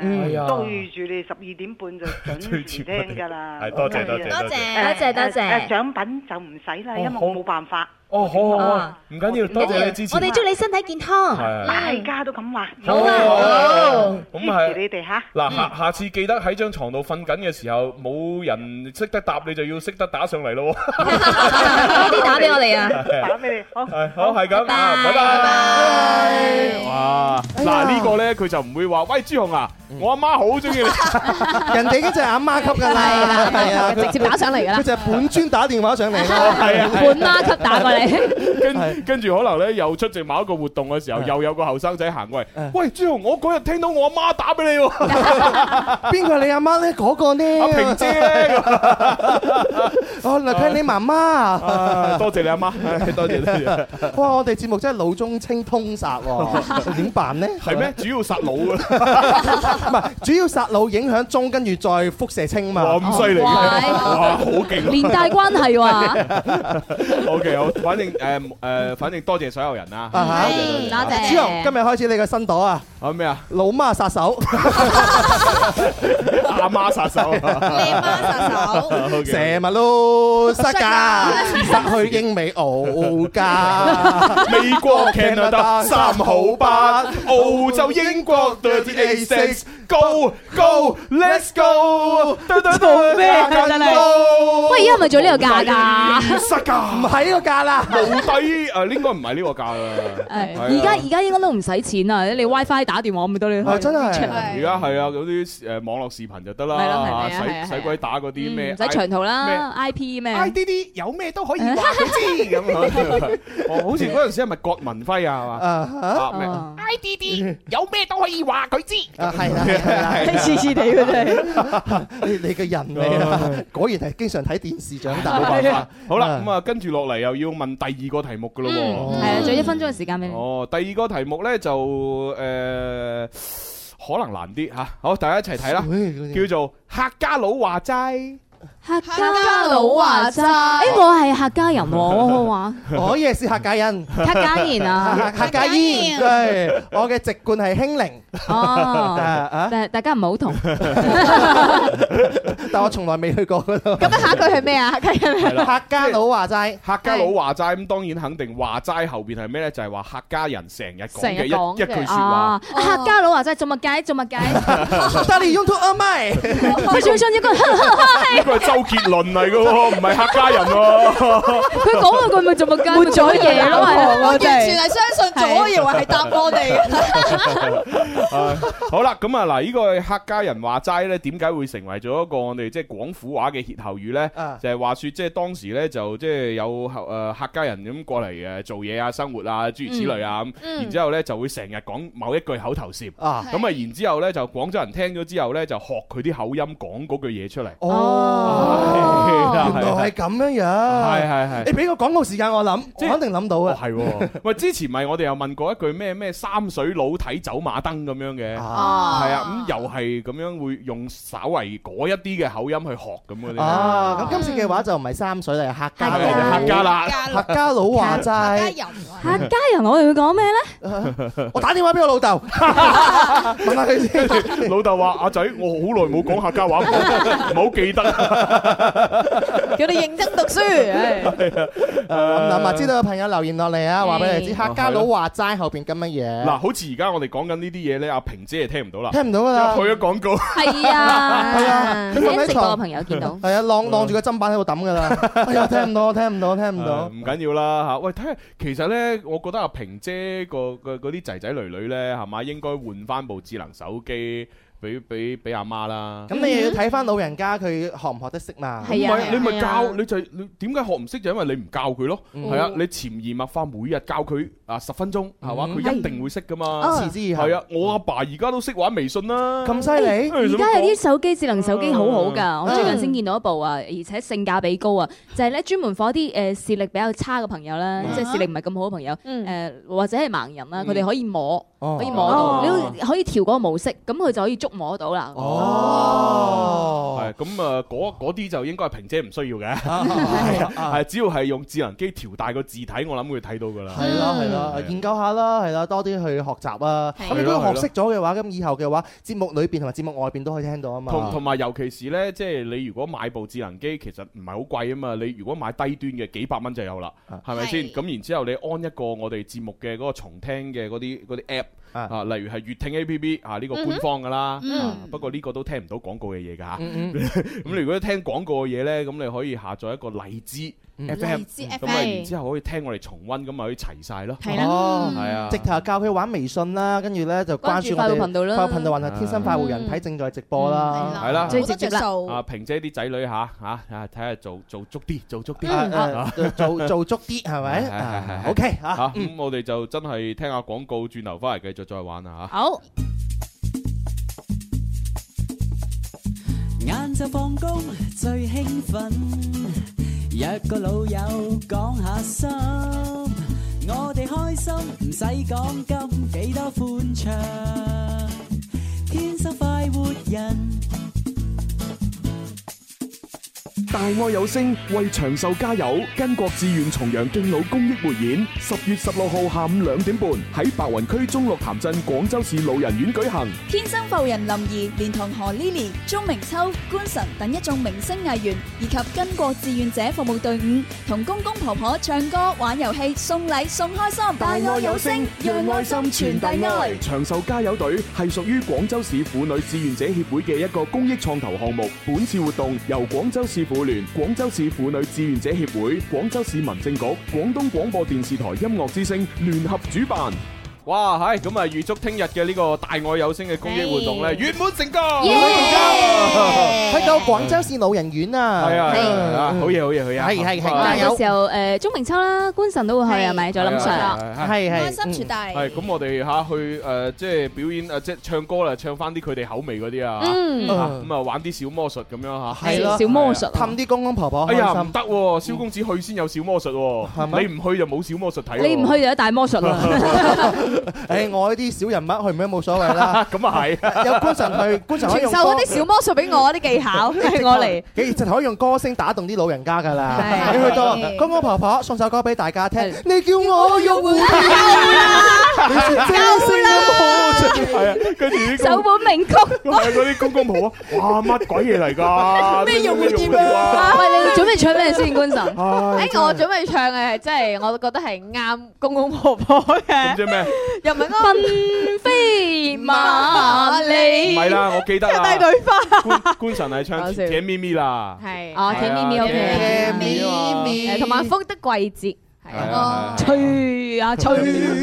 S14: 對
S3: 哎
S14: 住你十二點半就準時聽㗎啦。
S3: 係多謝多謝多謝
S14: 誒
S10: 多謝多謝
S14: à, 誒誒獎品就唔使啦，因為我冇辦法。
S3: 哦，好好好
S15: 啊，
S3: 唔緊要，多謝你支持。
S15: 我哋祝你身體健康。
S3: 係
S14: 大家都咁話，
S3: 好啊好啊咁係
S14: 支持你哋吓。
S3: 嗱，下下次記得喺張床度瞓緊嘅時候，冇人識得答你就要識得打上嚟咯喎。
S15: 啲打俾我哋啊！
S14: 打俾你，好，
S3: 係好係咁啊，拜拜。哇！嗱呢個咧佢就唔會話，喂朱紅啊，
S4: 嗯
S3: 我阿媽好中 意你。
S4: 人哋嗰只係阿媽級㗎啦，係啊，
S3: 直接打上嚟㗎啦
S4: 佢就係本專打電話上嚟，
S3: 係啊，
S4: 本媽
S10: 級打過嚟。
S3: 跟跟住可能咧，又出席某一個活動嘅時候，又有個後生仔行過嚟， 喂朱紅，我嗰日聽到我阿媽打俾你喎。
S4: 邊個係你阿媽咧？嗰個呢？阿
S3: 平姐咧，
S4: 哦，嚟聽你媽媽。
S3: 啊多謝你 阿媽，唉多謝多謝。
S4: 哇！我哋節目真係老中青通殺 喎，點辦呢？
S3: 係咩？主要殺老 啊！
S4: 唔係，主要殺老影響中，跟住再輻射青嘛。
S3: 哇咁犀利哇好勁啊連帶關 係喎 O K，好，反正誒誒，反正多謝所有人啦。
S4: 啊哈
S3: 多
S4: 多謝。朱紅，今日開始你嘅新朵啊！
S3: 啊咩啊？
S4: 老媽殺手，
S3: 阿媽殺手，你媽殺 手
S4: 成日都失家，失去英美澳加，
S3: 美國 Canada 三好八，澳洲英國 thirty eight six，Go Go Oh, Let's Go，
S4: Oh，做 咩啊真係
S10: 喂，而家係咪做呢個 價㗎？
S3: 失價
S4: 唔係呢個價啦。
S3: 冇低誒，應該唔係啊呢個價啦。係啊
S10: 而家而家應該都唔使錢啦，你 WiFi 打電話咪得你開。
S4: 真係
S3: 而家啊係啊，嗰啲誒網絡視頻就得啦，
S10: 係咯係啊
S3: 嚇
S10: 係啊
S3: 使使鬼打嗰啲咩？
S10: 唔使長途
S3: 咩
S10: 啦，IP 咩
S3: I D D 有咩都 可以話佢知咁 樣。哦，好似嗰陣時係咪郭文輝啊？係嘛？啊咩
S10: 哦
S4: 啊
S3: I D D 有咩都可以話佢知。
S4: 啊，係 啦，係啦，
S3: 係啊 黐黐地
S4: 嘅
S3: 嘅
S4: 啫。 你你嘅人嚟啊，果然係經常睇電視長大。
S3: 冇辦 法。好啦，咁啊，跟住落嚟又要問第二個題目噶咯喎。
S10: 係啊，仲有一分鐘嘅時間俾你。
S3: 哦，第二個題目呢，就誒、呃可能難啲嚇，好，大家一齊睇啦，叫做 客家佬話齋。
S10: 客家佬話齋，誒我係客家人喎，我話
S4: 我亦是客家人，
S10: 客家人啊
S4: 客客家煙，
S10: 客家
S4: 對我嘅籍貫係興寧。
S10: 哦
S4: 啊，
S10: 但係大家唔係好同。
S4: 但我從來未去過嗰度。咁
S10: 下一句係咩 啊客家人
S3: 係啦
S4: 客家佬話齋，
S3: 客家佬話齋咁，當然肯定話齋後邊係咩呢？就係話客家人成日講
S10: 成日
S3: 嘅一
S10: 講
S3: 一
S10: 嘅
S3: 句説
S10: 啊
S3: 話。
S10: 客家佬話齋做乜解做乜解，
S4: 但你用到阿咪，
S10: 佢最信一個，
S3: 呢個係周杰倫嚟嘅喎，唔係客家人喎。
S10: 佢講嗰句咪做乜 解，
S12: 換咗嘢
S10: 咯，
S12: 咯
S10: 係
S12: 我完全係相信咗，以為係答我哋。
S3: 唉好啦，咁啊嗱，呢個客家人話齋咧，點解會成為咗一個我哋即係廣府話嘅歇後語咧？就係話說，即係當時咧就即係有客誒客家人咁過嚟誒做嘢啊、生活啊諸如此類啊咁，
S2: 嗯
S3: 然之後咧就會成日講某一句口頭禪
S4: 啊
S3: 咁啊然之後咧就廣州人聽咗之後咧就學佢啲口音講嗰句嘢出嚟。
S4: 哦，
S3: 係啊
S4: 原來係咁樣樣。
S3: 係係係
S4: 你俾個廣告時間我諗，我肯定諗到嘅。
S3: 係喎， 喂，之前咪我哋又問過一句咩咩三水佬睇走馬燈咁樣嘅，係
S4: 啊
S3: 啊，咁又係咁樣會用稍為嗰一啲嘅口音去學咁嗰啲。
S4: 啊，咁今次嘅話就唔係三水嚟，係客家
S3: 係
S4: 佬
S3: 客家啦
S4: 客家佬話齋。
S10: 客家人我哋會講咩咧？
S4: 我打電話俾我 老豆，問下佢先。
S3: 老豆話：阿仔，我好耐冇講客家話， 唔好記得。
S4: 啊
S12: 叫你認真讀 書。
S4: 咁諗
S3: 諗
S4: 啊，知道有朋友留言落嚟啊，話俾你知
S3: 嗯
S4: 客家佬話齋後邊咁乜嘢。
S3: 嗱，好似而家我哋講緊呢啲嘢咧，阿平姐係聽唔到啦，
S4: 聽唔到啊㗎啦
S3: 因為去咗廣告。
S10: 係啊，
S4: 係啊，佢
S10: 喺
S4: 瞓
S10: 直
S4: 喺
S10: 播
S4: 床
S10: 嘅朋友見到。
S4: 係啊，晾晾住個砧板喺度抌㗎 啦。哎呀，聽唔到，聽唔到，聽唔
S3: 誒
S4: 到。
S3: 唔緊要啦嚇，喂，睇下其實咧，我覺得阿平姐個個嗰啲仔仔女女咧，係嘛應該換翻部智能手機俾俾俾阿媽啦。
S4: 咁你又要睇翻老人家佢學唔學得識嘛？
S3: 唔係你咪教你就你點解學唔識就因為你唔教佢咯，
S4: 嗯
S3: 係啊，你潛移默化每日教佢啊十分鐘係嘛，
S4: 嗯
S3: 佢一定會識噶嘛，
S4: 啊持之以恆
S3: 係啊，我阿爸而家都識玩微信啦，
S4: 咁犀利
S3: 哎
S10: 而家有啲手機智能手機好好
S3: 嗯
S10: 㗎，我最近先見到一部啊，而且性價比高啊，就係咧專門放一啲誒視力比較差嘅朋友啦，即係視力唔係咁好嘅朋友，誒或者係盲人啦，佢哋可以摸，
S4: 哦
S10: 可以摸到，
S4: 哦
S10: 你可以調嗰個模式，咁佢就可以觸觸摸到啦。
S3: 哦，係咁啊，嗰嗰啲就應該係萍姐唔需要嘅，
S4: 啊
S3: 係只要係用智能機調大個字體，我諗會睇到噶啦。
S4: 係啦係啦，研究下啦，係啦，多啲去學習啦。咁如果學識咗嘅話，咁以後嘅話，節目裏邊同埋節目外邊都可以聽到啊嘛。
S3: 同同埋尤其是呢，即係你如果買部智能機，其實唔係好貴啊嘛。你如果買低端嘅，幾百蚊就有啦，係咪先？咁然之後你安一個我哋節目嘅嗰個重聽嘅嗰啲嗰啲 app 啊，例如係粵聽 A P P 啊，呢個官方噶啦。
S1: 嗯
S3: 啊不過呢個都聽唔到廣告嘅嘢㗎嚇。
S1: 嗯
S3: 咁你如果聽廣告嘅嘢呢，咁你可以下載一個荔枝
S4: 嗯
S3: F M，
S4: 荔枝
S3: 咁
S4: FM
S3: 啊然之後可以聽我哋重温，咁咪可以齊晒咯。
S4: 係啦哦
S3: 係啊，
S4: 直頭教佢玩微信啦，跟住咧就關注我
S10: 關注快
S4: 哋
S10: 活頻道啦
S4: 快活頻道，還係天生快活人睇正在直播啦，
S3: 係啦，
S4: 最直接啦。
S3: 啊，萍姐啲仔女嚇嚇啊，睇下做做足啲，做足啲，
S4: 啊
S3: 啊
S4: 誒做做足啲係咪啊
S3: 係係係
S4: ？OK
S3: 嚇
S4: 啊，
S3: 咁我哋就真係聽下廣告，轉頭翻嚟繼續再玩啊嚇。
S10: 好。
S1: 晏晝放工最興奮，約個老友講下心，我哋開心唔使講金，幾多歡暢，天生快活人。
S16: 大愛有聲為長壽加油，巾帼志願重陽敬老公益匯演，十月十六號下午兩點半喺白雲區中樂潭鎮廣州市老人院舉行。
S12: 天生浮人林怡、連同何 Lily、鐘明秋、官神等一眾明星藝員以及巾帼志願者服務隊伍，同公公婆婆唱歌、玩遊戲、送禮、送開心，大愛有聲，讓愛心傳遞愛。
S16: 長壽加油隊係屬於廣州市婦女志願者協會嘅一個公益創投項目。本次活動由廣州市婦聯、廣州市婦女志願者協會、廣州市民政局、廣東廣播電視台音樂之聲聯合主辦。
S3: 哇，係咁啊！預祝聽日嘅呢個大愛有聲嘅公益活動咧，
S16: 係
S3: 圓滿成功。
S4: 去到廣州市老人院啊，
S3: 係啊係啊，好嘢好嘢好嘢，
S4: 係係係
S3: 啊
S4: 加油
S10: 到時候誒，鐘明秋啦、官神都會去係咪？仲有林 Sir，
S4: 係嗯
S12: 心傳遞
S3: 係咁，我哋嚇去誒，即係表演誒，即係唱歌啦，唱翻啲佢哋口味嗰啲啊，
S4: 嗯
S3: 嚇咁啊玩啲小魔術咁樣嚇，
S4: 係咯，氹啲公公婆婆
S3: 哎
S4: 開
S3: 呀，唔
S4: 心。
S3: 得喎！蕭公子去先有小魔術
S4: 咪
S3: 喎，你唔去就冇小魔術睇喎。
S10: 你唔去就有大魔術啦。
S4: 誒，我呢啲小人物去唔去冇所謂啦。
S3: 咁啊係
S4: 有官神 去， 官神可以用
S6: 傳授嗰啲小魔術俾我啲技 巧，係我嚟。。
S4: 其實可以用歌聲打動啲老人家㗎啦。
S6: 係
S4: 你去到公公婆婆送首歌俾大家聽，你叫我用蝴蝶
S3: 啦
S4: 你是真心的
S3: 係啊，跟住啲
S10: 首本名曲，
S3: 係嗰啲公公 婆婆，哇乜鬼嘢嚟㗎？
S6: 咩用
S3: 咩
S6: 蝴蝶
S3: 蝴蝶啊？
S10: 喂，你準備唱咩先，官神？ 哎
S3: 唉
S6: 誒，我準備唱嘅係真係，我覺得係啱公公婆 婆嘅。
S3: 咁即係咩？
S6: 又唔係啱。
S10: 奔飛馬
S3: 唔
S10: 里，
S3: 係啦，我記得 啦。
S10: 大隊
S3: 官官神係唱《甜咪咪》啦。
S6: 係
S10: 哦，甜咪咪 OK，Ờ,
S3: 甜咪咪啊
S10: 誒同埋風的季節，係
S3: 啊
S10: 吹啊吹，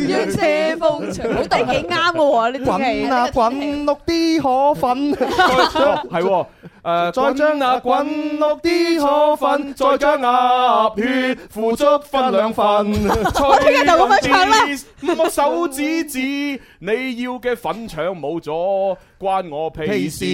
S6: 讓斜風吹，好地幾啱喎呢啲
S4: 滾啊
S6: 係。
S4: 滾綠啲河粉，
S3: 係喎，誒，
S4: 再將啊滾綠啲河粉，再將
S3: 鴨血腐竹分兩份，
S6: 我聽日就咁樣唱啦
S3: 唔好手指指，你要嘅粉腸冇咗，關我屁事。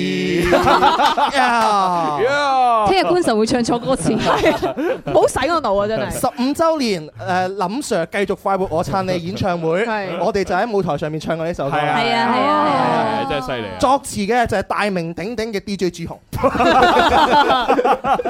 S3: Yeah
S10: 聽日官神會唱錯歌詞，
S6: 唔好洗我腦啊！真係。
S4: 十五週年誒林 Sir 繼續快活我撐你演唱會
S6: 係，
S4: 我哋就喺舞台上面唱過呢首歌。
S3: 係啊係啊係啊係啊真係犀 利啊！
S4: 作詞嘅就係大名鼎鼎嘅 DJ 朱紅，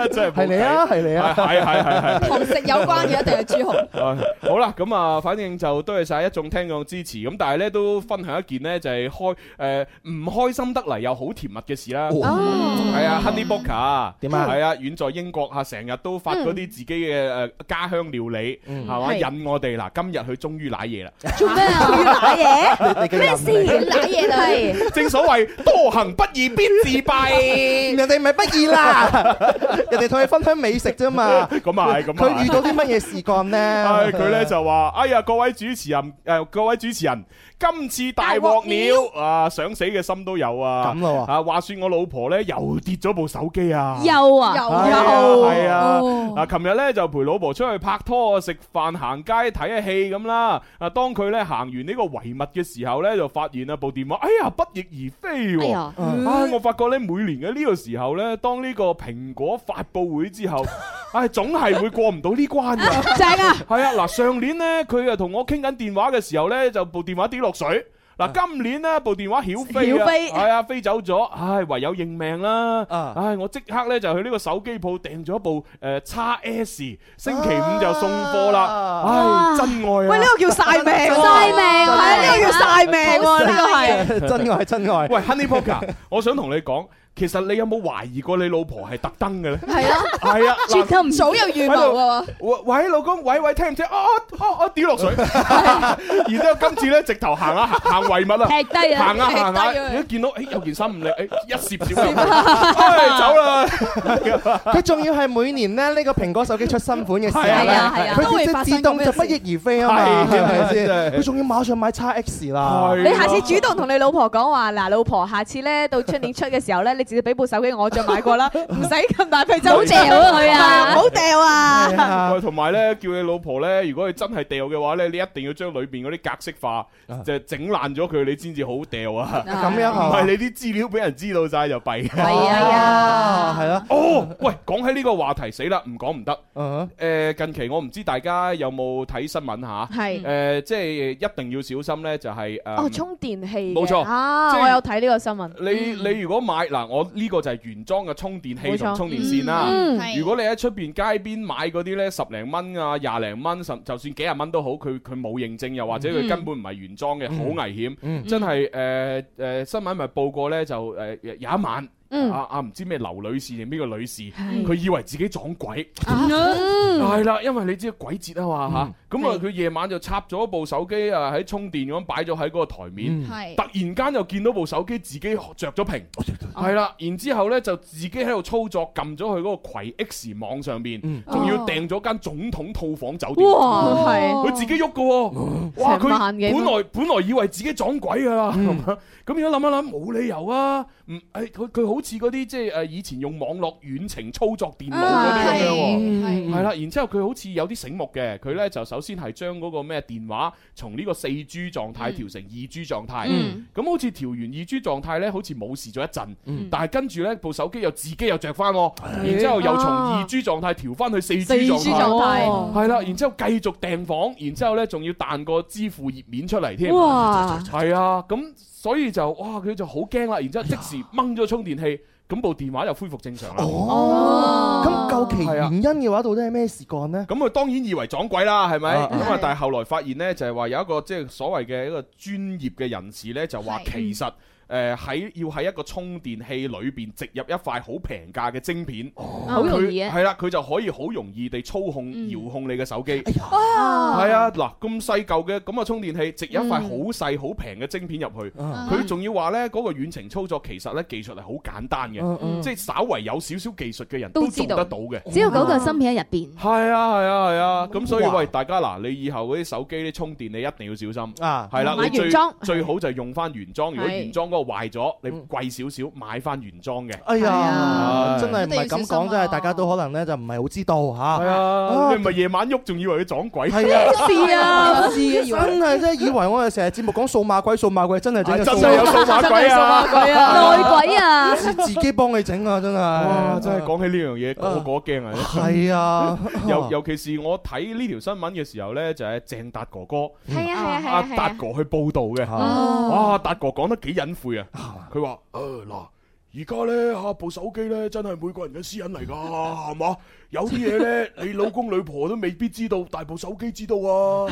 S3: 真係
S4: 係
S3: 冇計
S4: 你啊係你啊
S3: 係係係 係。
S12: 同食有關嘅一定係朱紅。
S3: 啊好啦，咁啊，反正就多謝晒一眾聽眾支持，咁但係咧都分享一件呢，就係開誒唔開心得嚟又好甜蜜嘅事啦。係啊，Honey Booker
S4: 哦點啊嗯
S3: 係啊，遠在英國啊，成日都發嗰啲自己嘅誒家鄉料理，係嘛
S10: 係
S3: 引我哋嗱，今日佢終於攋嘢啦。
S10: 做咩啊？
S4: 你嘅人
S10: 咩事？攋嘢啦係。
S3: 正所謂多行不義必自斃，
S4: 人哋咪不 易啦，人哋同佢分享美食啫嘛。
S3: 咁啊係咁啊係
S4: 佢遇到啲乜嘢事幹
S3: 唉，
S4: 呢？
S3: 佢咧就話：哎呀，各位主持人，誒，各位主持人，今次大鑊了啊！想死嘅心都有啊！
S4: 咁咯
S3: 啊，話說我老婆咧又跌咗部手機啊！
S10: 又啊又
S3: 係
S10: 又
S3: 係啊
S10: 哦！
S3: 啊，琴日咧就陪老婆出去拍拖、食飯、行街、睇下戲咁啦。啊，當佢咧行完呢個遺物嘅時候咧，就發現啊部電話，哎呀，不翼而飛
S1: 哎
S3: 喎！
S1: 呀
S10: 嗯
S3: 啊，我發覺咧每年嘅呢個時候咧，當呢個蘋果發佈會之 後，唉，總係會過唔到呢關㗎。
S6: 正啊！
S3: 係啊，嗱，上年咧，佢啊同我傾緊電話嘅時候咧，就部電話跌落水。嗱，今年呢部電話曉飛
S6: 曉
S3: 啊，
S6: 飛
S3: 係啊，飛走咗，唉，唯有認命啦。
S6: 啊
S3: 唉，我即刻呢就去呢個手機鋪訂咗部誒 x S，星期五就送貨啦。唉，真愛啊！
S6: 喂，呢個叫晒命喎，
S3: 曬
S6: 係啊，呢個叫晒命喎，呢個係。
S4: 真愛真愛。
S3: 喂，Honey Poker，我 想同你講，其實你有冇懷疑過你老婆係特登嘅咧？
S9: 係啊
S3: 係啊，嗱
S9: 絕對唔早有預謀啊
S3: 喺度喂喂，老公，喂喂，聽唔聽？哦哦哦，我跌落水。然之後今次咧，直頭行下行遺物啊，
S9: 踢低啊
S3: 行下行下，
S9: 踢低啊
S3: 你一見到哎誒有件衫唔靚，誒一攝少入 去，唉走啦。
S4: 佢仲要係每年咧呢個蘋果手機出新款嘅時候
S3: 係
S4: 咧
S3: 啊係啊，都會
S4: 佢
S3: 發
S4: 即
S3: 生
S4: 自動就不翼而飛啊嘛，
S3: 係
S4: 係
S3: 啊
S4: 咪先？
S3: 真係
S4: 佢仲要馬上買 x X 啦，
S6: 你下次主動同你老婆講話，嗱，老婆，下次咧到出年出嘅時候咧，你直接俾部手機我再買過 啦，唔使咁大費周章。
S3: 唔好掉啊佢啊
S6: 係唔好掉啊！
S3: 喂，同埋咧，叫你老婆咧，如果佢真係掉嘅話咧，你一定要將裏邊嗰啲格式化，
S4: 啊
S3: 就係整爛咗佢，你先至好掉啊。
S4: 咁樣啊
S3: 唔係你啲資料俾人知道晒就弊。係
S4: 係啊，係咯。
S3: 哦，喂，講起呢個話題死啦，唔講唔得。
S4: 啊
S3: 誒，近期我唔知大家有冇睇新聞嚇？
S6: 係
S3: 誒，即係一定要小心咧，就係誒。
S6: 哦，充電器嘅
S3: 冇錯
S6: 啊！
S3: 即係
S6: 我有睇呢個新聞。
S3: 你
S16: 嗯
S3: 你如果買嗱，我呢個就係原裝嘅充電器
S6: 冇錯
S3: 同充電線啦
S6: 嗯係。
S3: 如果你喺出邊街邊買嗰啲呢，十零蚊啊、廿零蚊，甚就算幾廿蚊都好，佢佢冇認證，又或者
S16: 嗯
S3: 佢根本唔係原裝嘅，
S16: 嗯
S3: 好危險。
S16: 嗯
S3: 真係誒誒，新聞咪報過呢，就誒有一晚。
S16: 嗯
S3: 啊啊！唔知咩劉女士定邊個女士，
S16: 係
S3: 佢以為自己撞鬼，
S16: 嗯
S3: 係啦，因為你知鬼節啊嘛嚇，咁啊佢夜晚就插咗部手機啊喺充電咁擺咗喺嗰個台面
S16: 嗯，係
S3: 突然間又見到部手機自己着咗屏，
S6: 哦
S3: 係啦，然之後呢，就自己喺度操作，撳咗去嗰個葵 X 網上邊，仲要訂咗間總統套房酒店，
S6: 嗯哇係哦
S3: 佢自己喐嘅喎，哇！
S6: 成
S3: 佢
S6: 萬幾蚊
S3: 本來本來以為自己撞鬼㗎啦，
S6: 嗯
S3: 係嘛咁而家諗一諗冇理由啊，唔誒佢佢好似嗰啲即係誒以前用網絡遠程操作電腦嗰啲咁樣
S16: 啊
S3: 喎，
S16: 係
S3: 係啦，然之後佢好似有啲醒目嘅，佢呢就首先係將嗰個咩電話從呢個四 G 狀態調成二 G 狀態，
S16: 嗯
S3: 咁好似調完二 G 狀態呢，好似冇事咗一陣
S16: 嗯，
S3: 但係跟住呢部手機又自己又着翻，然之後又從二 G 狀態調翻去四 G 狀
S6: 4G 狀態
S3: 態，係啦，然之後繼續訂房，然之後呢仲要彈個支付頁面出嚟添，
S6: 哇
S3: 係啊，咁所以就哇佢就好驚啦，然之後即時掹咗充電器，咁部電話又恢復正常啦。
S4: 咁究其原因嘅話，到底係咩事幹呢？
S3: à. 咁佢當然以為撞鬼啦，係咪？
S4: 啊
S3: 咁
S4: 係
S3: 啊，但係後來發現呢，就係話有一個即係所謂嘅一個專業嘅人士呢，就話其實誒喺要喺一個充電器裏邊植入一塊好平價嘅晶片，
S10: 好容易
S3: 佢
S10: 啊
S3: 係啦，佢就可以好容易地操控、遙控你嘅手機。
S10: 啊
S3: 係啊，嗱咁細嚿嘅咁嘅啊充電器，植入一塊好細好平嘅晶片入去，
S16: 嗯
S3: 佢仲要話呢嗰個遠程操作其實呢技術係好簡單
S16: 嗯
S3: 嘅，
S16: 嗯
S3: 即係稍為有少少技術嘅人
S10: 都
S3: 都
S10: 知
S3: 做
S10: 道
S3: 得到嘅。
S10: 只要嗰個芯片喺入邊，
S3: 係啊係啊係啊，咁所以
S10: 哇
S3: 喂大家嗱，你以後嗰啲手機啲充電你一定要小心
S4: 啊
S3: 係啦，
S10: 買
S3: 你最
S10: 原裝
S3: 最好就係用翻原裝，如果
S10: 係
S3: 原裝嗰個壞咗，你貴少少買翻原裝嘅。
S4: 嗯哎呀，真係唔係
S3: 係
S4: 咁講，真係大家都可能咧就唔係好知道嚇。
S3: 係啊，你咪夜晚喐仲以為佢撞鬼？
S4: 係啊，
S6: 事嘅以為
S4: 真係真係以為我哋成日節目講數碼鬼、數碼鬼，真係整
S3: 啊
S4: 個
S3: 真係有數碼鬼啊真係有數碼鬼啊內鬼啊
S4: 自己幫你整啊，真
S3: 哇！
S4: 係。
S3: 真係講起呢樣嘢，個個都驚啊！
S4: 係啊
S3: 尤尤其是我睇呢條新聞嘅時候呢，就係鄭達哥哥，
S16: 係啊係啊係啊
S3: 阿
S16: 係啊
S3: 達哥去報道嘅。
S4: 啊
S16: 哦
S3: 哇！達哥講得幾隱晦啊！佢話：誒嗱，而家呢，嚇部手機呢，真係每個人嘅私隱嚟㗎，係嘛？有啲嘢呢，你老公女婆都未必知道，但係部手機知道啊！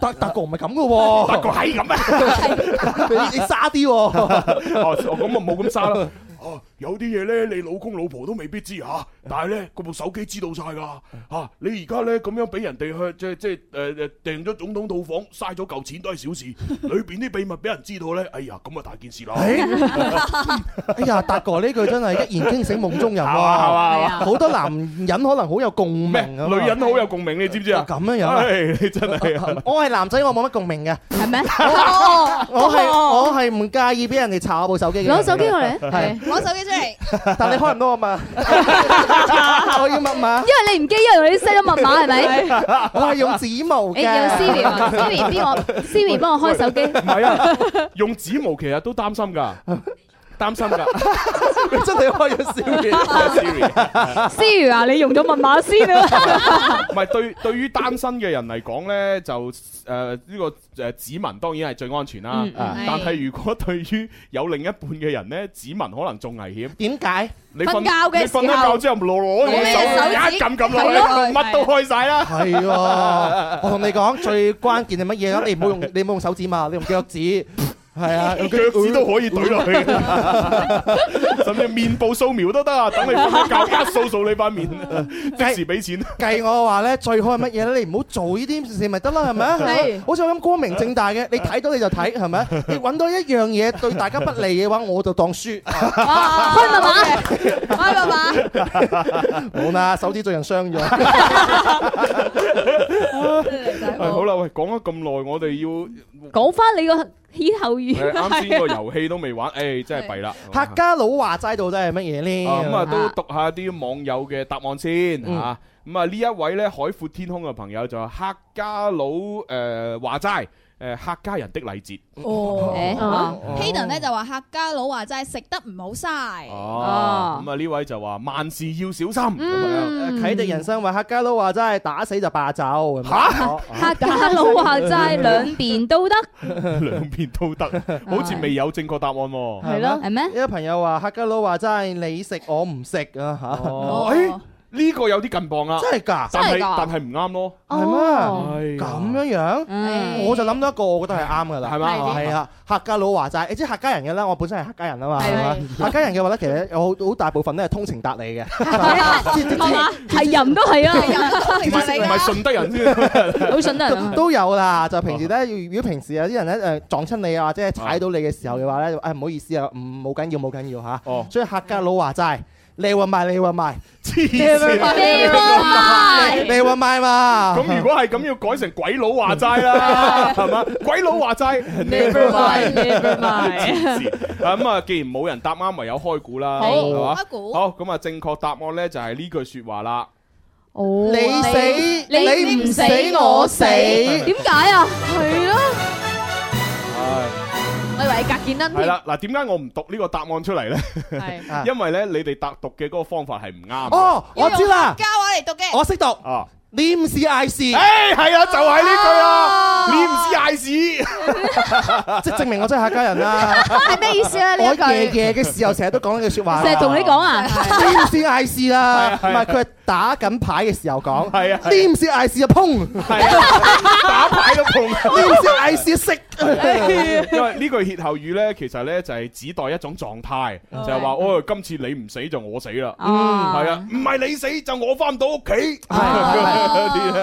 S4: 達達哥唔係咁嘅喎，
S3: 達哥係咁
S4: 啊， 你你沙啲喎。
S3: 哦，咁啊冇咁沙啦。哦，有啲嘢咧，你老公老婆都未必知吓，
S4: 嗯
S3: 但係咧，嗰部手機知道晒噶吓。你而家咧咁樣俾人哋去，即係即係誒誒訂咗總統套房，嘥咗嚿錢都係 小事。裏邊啲秘密俾人知道咧，哎呀，咁啊大件事啦。
S4: 哎呀，達哥呢句真係一言驚醒夢中人喎，
S3: 係嘛係嘛
S4: 好多男人可能好有共鳴啊嘛。
S3: 女人好有共鳴，你知唔知啊？
S4: 咁 樣樣啊
S3: 唉，你真係啊
S4: 我係男仔，我冇乜共鳴嘅，係
S10: 咩？
S4: 我係我係唔介意俾人哋查我部手機嘅人。
S10: 攞手機過嚟
S4: 係，
S10: 攞手機出嚟。
S4: 但你開唔到我嘛？我要密碼。
S10: 因為你唔記，因為你 set 咗密碼係咪？
S4: 我係用指模嘅。
S10: 誒有 Siri 啊，Siri 幫我，Siri 幫我開手機。
S3: 唔係啊，用指模其實都擔心㗎。擔心㗎。
S4: 你 真係開咗 Siri，Siri，
S6: 思如啊，你用咗密碼 先啊。
S3: 唔係對對於單身嘅人嚟講咧，就誒呢個誒指紋當然係最安全啦
S4: 嗯。嗯
S3: 但係如果對於有另一半嘅人咧，指紋可能仲危險。
S4: 點解？
S3: 你
S4: 瞓覺嘅
S3: 你瞓
S4: 時
S3: 咗
S4: 候
S3: 覺之後攞攞
S4: 攞你嘅手
S3: 手
S4: 指
S3: 一撳撳落
S4: 係咯
S3: 去，乜都開晒啦。
S4: 係喎， 我同你講最關鍵係乜嘢啊？你唔好用你唔好用手指嘛，你用腳趾。係 啊，用
S3: 腳趾都可以懟落去，甚至面部掃描 都得啊！等你瞓一覺，一掃掃你塊面，即時俾錢。
S4: 計我話咧，最好係乜嘢咧？你唔好做呢啲事咪得啦，係咪啊？
S3: 係
S4: 好似我咁光明正大嘅，你睇到你就睇， 係咪啊？你揾到一樣嘢對大家不利嘅話，我就 當輸。
S6: 開密碼，開密碼。
S4: 冇啦，手指最 近傷咗。
S3: 係好啦，喂，講咗咁耐，我哋要
S10: 講翻你個歇後語。
S3: 誒啱先個遊戲都未玩，誒真係弊啦。
S4: 客家佬話齋到底係乜嘢呢？
S3: 啊咁啊，都讀下啲網友嘅答案先
S4: 嗯
S3: 嚇。咁啊，呢一位咧海闊天空嘅朋友就話客家佬誒話齋誒客家人的禮節。
S12: 哦
S3: 誒
S12: 啊
S3: 哦
S12: Hayden 咧就話客家佬話齋食得唔好嘥。
S3: 哦，咁啊呢位就話萬事要小心 咁樣。
S4: 啟迪人生話客家佬話齋打死就霸走。嚇！
S10: 客家佬話齋 兩邊都得，
S3: 兩邊都得，好似未有正確答案喎。
S4: 係咩？有朋友話客家佬話齋你食我唔食啊嚇。
S3: 哦，誒呢個有啲近磅啦，
S4: 真係㗎真
S3: 但
S4: 係
S3: 係
S4: 㗎
S3: 但係唔啱咯，
S4: 哦係咩？咁樣樣，
S3: 嗯
S4: 我就諗到一個，我覺得係啱噶啦，係
S3: 嘛係
S4: 係啊，客家佬話齋，你知客家人嘅啦，我本身係客家人啊嘛，係嘛？客家人嘅話咧，其實有好好大部分咧係通情達理嘅，
S10: 係嘛？係人都 係啊，係
S3: 唔係順德人先，
S10: 好順德人啊
S4: 都都有啦。就平時咧，如果平時有啲人咧誒撞親你啊，或者係踩到你嘅時候嘅話咧，誒唔好意思啊，唔冇緊要冇緊要嚇。所以客家佬話齋。你話賣，你話賣，黐
S3: 線你話賣
S4: 你話賣嘛？
S3: 咁如果係咁，要改成鬼佬話齋啦， 係嘛？鬼佬話齋
S4: Never mind，never mind
S3: 黐線啊咁啊，既然冇人答啱，唯有開估啦，
S4: 好
S3: 係嘛
S4: 開估
S3: 好，咁啊，正確答案咧就係呢句説話啦。
S6: 哦
S4: 你死你唔死我死
S6: 點解
S10: à?
S6: 啊？係咯，我以為你隔建恩
S3: 係
S6: 添。
S3: 啦，嗱，點解我唔讀呢個答案出嚟咧？
S6: 係
S3: 因為咧，你哋答讀嘅嗰個方法係唔啱。
S4: 哦，我
S3: à?
S4: 知啦，
S12: 家話嚟讀嘅，
S4: 我識讀。
S3: 哦，
S4: 你唔是 嗌事，誒
S3: 係啊，就係呢句啊，你唔知嗌屎，
S4: 即係證明我真係客 家人啦。
S6: 係咩意思啊呢一句
S4: 我夜夜嘅時候成日都講呢句説話。
S6: 成日同你講 啊
S4: 你唔是嗌事啦，唔
S3: 係啊
S4: 係佢係打緊牌嘅時候講。
S3: 係啊係啊
S4: 你唔是嗌事就砰，
S3: 打牌都碰。
S4: 你唔是嗌事就識。
S3: 因為呢句歇後語咧，其實咧就係指代一種狀態，就係話，哦，今次你唔死就我死啦，
S4: 嗯
S3: 係啊，唔係你死就我翻唔到屋企，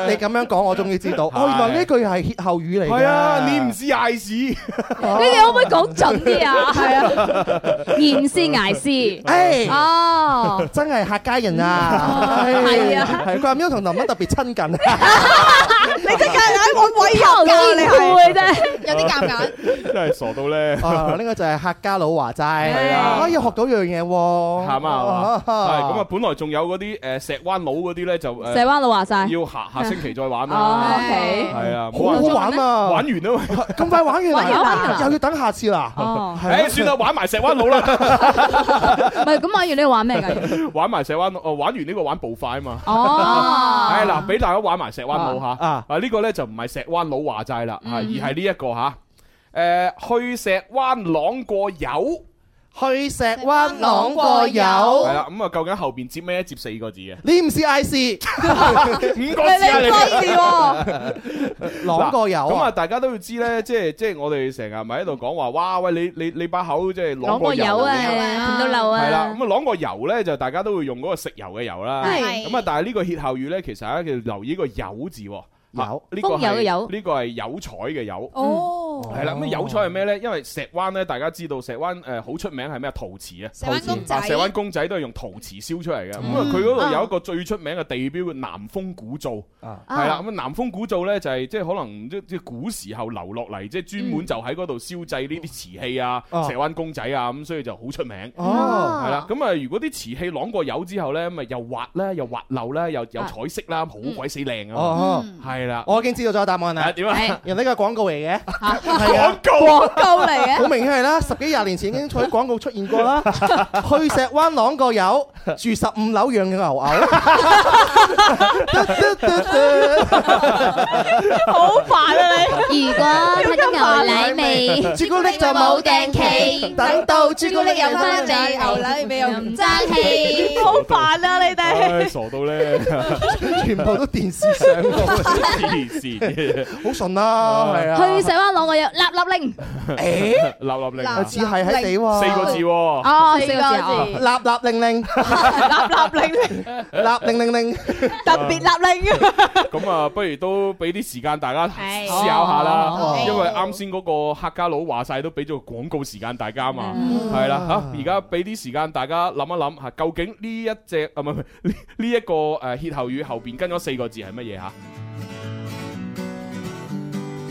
S4: 你咁樣講，我終於知道，哦，原來呢句係歇後語嚟嘅。
S3: 係啊，你唔知嗌屎，
S10: 你哋可唔可以講準啲啊？
S4: 係
S10: 啊，言是挨是，
S4: 哎
S10: 哦，
S4: 真係客家人啊！
S10: 哦係啊
S4: 係佢阿喵同林林特別親近。
S6: 你即刻喺我位入㗎，你
S10: 係
S6: 有啲尷尬。
S3: 真係傻到咧。
S4: 啊，呢個就係客家佬話
S3: 係
S4: 齋，
S3: 啊
S4: 可以學到樣嘢喎。哦
S3: 係嘛，係
S4: 啊
S3: 咁啊！本來仲有嗰啲誒石灣佬嗰啲咧，就誒
S10: 石灣佬話晒
S3: 要下下星期再玩
S10: 哦
S3: 啦。
S10: ，OK
S3: 係啊，
S4: 好好玩啊！
S3: 玩完啦，
S4: 咁快玩完
S10: 玩完
S4: 啦
S10: 啦，
S4: 又要等下次啦。
S10: 哦
S4: 係啊
S3: 誒哎算啦，玩埋石灣佬啦，
S10: 啊唔係咁玩完你要玩咩㗎？
S3: 玩埋石灣佬，哦，玩完呢個玩步快啊嘛。
S10: 哦
S3: 係嗱，俾大家玩埋石灣佬嚇。
S4: 啊，
S3: 呢個咧就唔係石灣佬話齋
S10: 嗯
S3: 啦，啊而係呢一個嚇。誒，去石灣啷過油。
S4: 去石灣朗過友
S3: 係，啦，咁啊，究竟後邊接咩？接四個字啊嘅。
S4: 你唔是嗌事，
S3: 五個字啊你
S4: 你 朗過友
S3: 嗱咁
S4: 啊
S3: 啊，！大家都要知咧，即係即係我哋成日咪喺度講話，哇喂，你你你把口即係啷
S10: 攞個
S3: 過
S10: 油
S3: 油
S10: 啊，
S3: 咁樣
S10: 甜到漏
S3: 係啦，
S10: 啊！
S3: 咁啊啷個油咧，就大家都會用嗰個食油嘅油啦。
S10: 係
S3: 咁啊，但係呢個歇後語咧，其實啊，要留意個油字喎。油呢個
S10: 風油嘅
S3: 係
S10: 油
S3: 呢個係有彩嘅油。
S12: 哦
S3: 係啦，咁有彩係咩咧？因為石灣咧，大家知道石灣誒好出名係咩啊？陶瓷啊，
S12: 石灣公仔
S3: 啊石灣公仔都係用陶瓷燒出嚟嘅。咁啊，佢嗰度有一個最出名嘅地標叫南風古灶，係啦。咁啊，南風古灶咧就係即係可能即即係古時候留落嚟，即係專門就喺嗰度燒製呢啲瓷器啊、
S4: 哦
S3: 石灣公仔啊，咁所以就好出名。
S4: 哦
S3: 係啦。咁啊，如果啲瓷器啷過油之後咧，咪又滑啦，又滑溜啦，又有彩色啦，好鬼死靚
S4: 哦
S3: 啊！係啦。
S4: 我已經知道咗答案啦。
S3: 啊點啊係
S4: 人呢個廣告嚟嘅，係啊。
S6: 廣告嚟嘅，
S4: 好明顯係啦，十幾廿年前已經喺廣告出現過啦。去石灣朗個友，住15樓養嘅牛牛。
S6: 好煩啊
S8: 你！
S5: 如果睇到牛奶味，
S6: 氣，好煩啊你
S3: 唉，
S6: 哋。
S3: 傻到咧，
S4: 全部都電視上過。
S3: 黐線嘅，
S4: 好順啦，係啊。
S10: 去石灣朗我有立立令，
S4: 誒
S3: 立立令啊，
S4: 只係喺地喎。
S3: 四個字喎，
S10: 哦，
S4: 四個字
S10: 四個字。
S4: 立立令令。立令令令。
S3: 咁啊，不如都俾啲時間大家
S6: 係
S3: 思考下
S6: 哦
S3: 啦，因為啱先嗰個客家佬話晒都俾咗個廣告時間大家嘛，
S6: 嗯
S3: 係啦嚇，而家俾啲時間大家諗一諗嚇，究竟呢一隻啊唔係唔係呢呢一個誒歇後語後邊跟咗四個字係乜嘢嚇？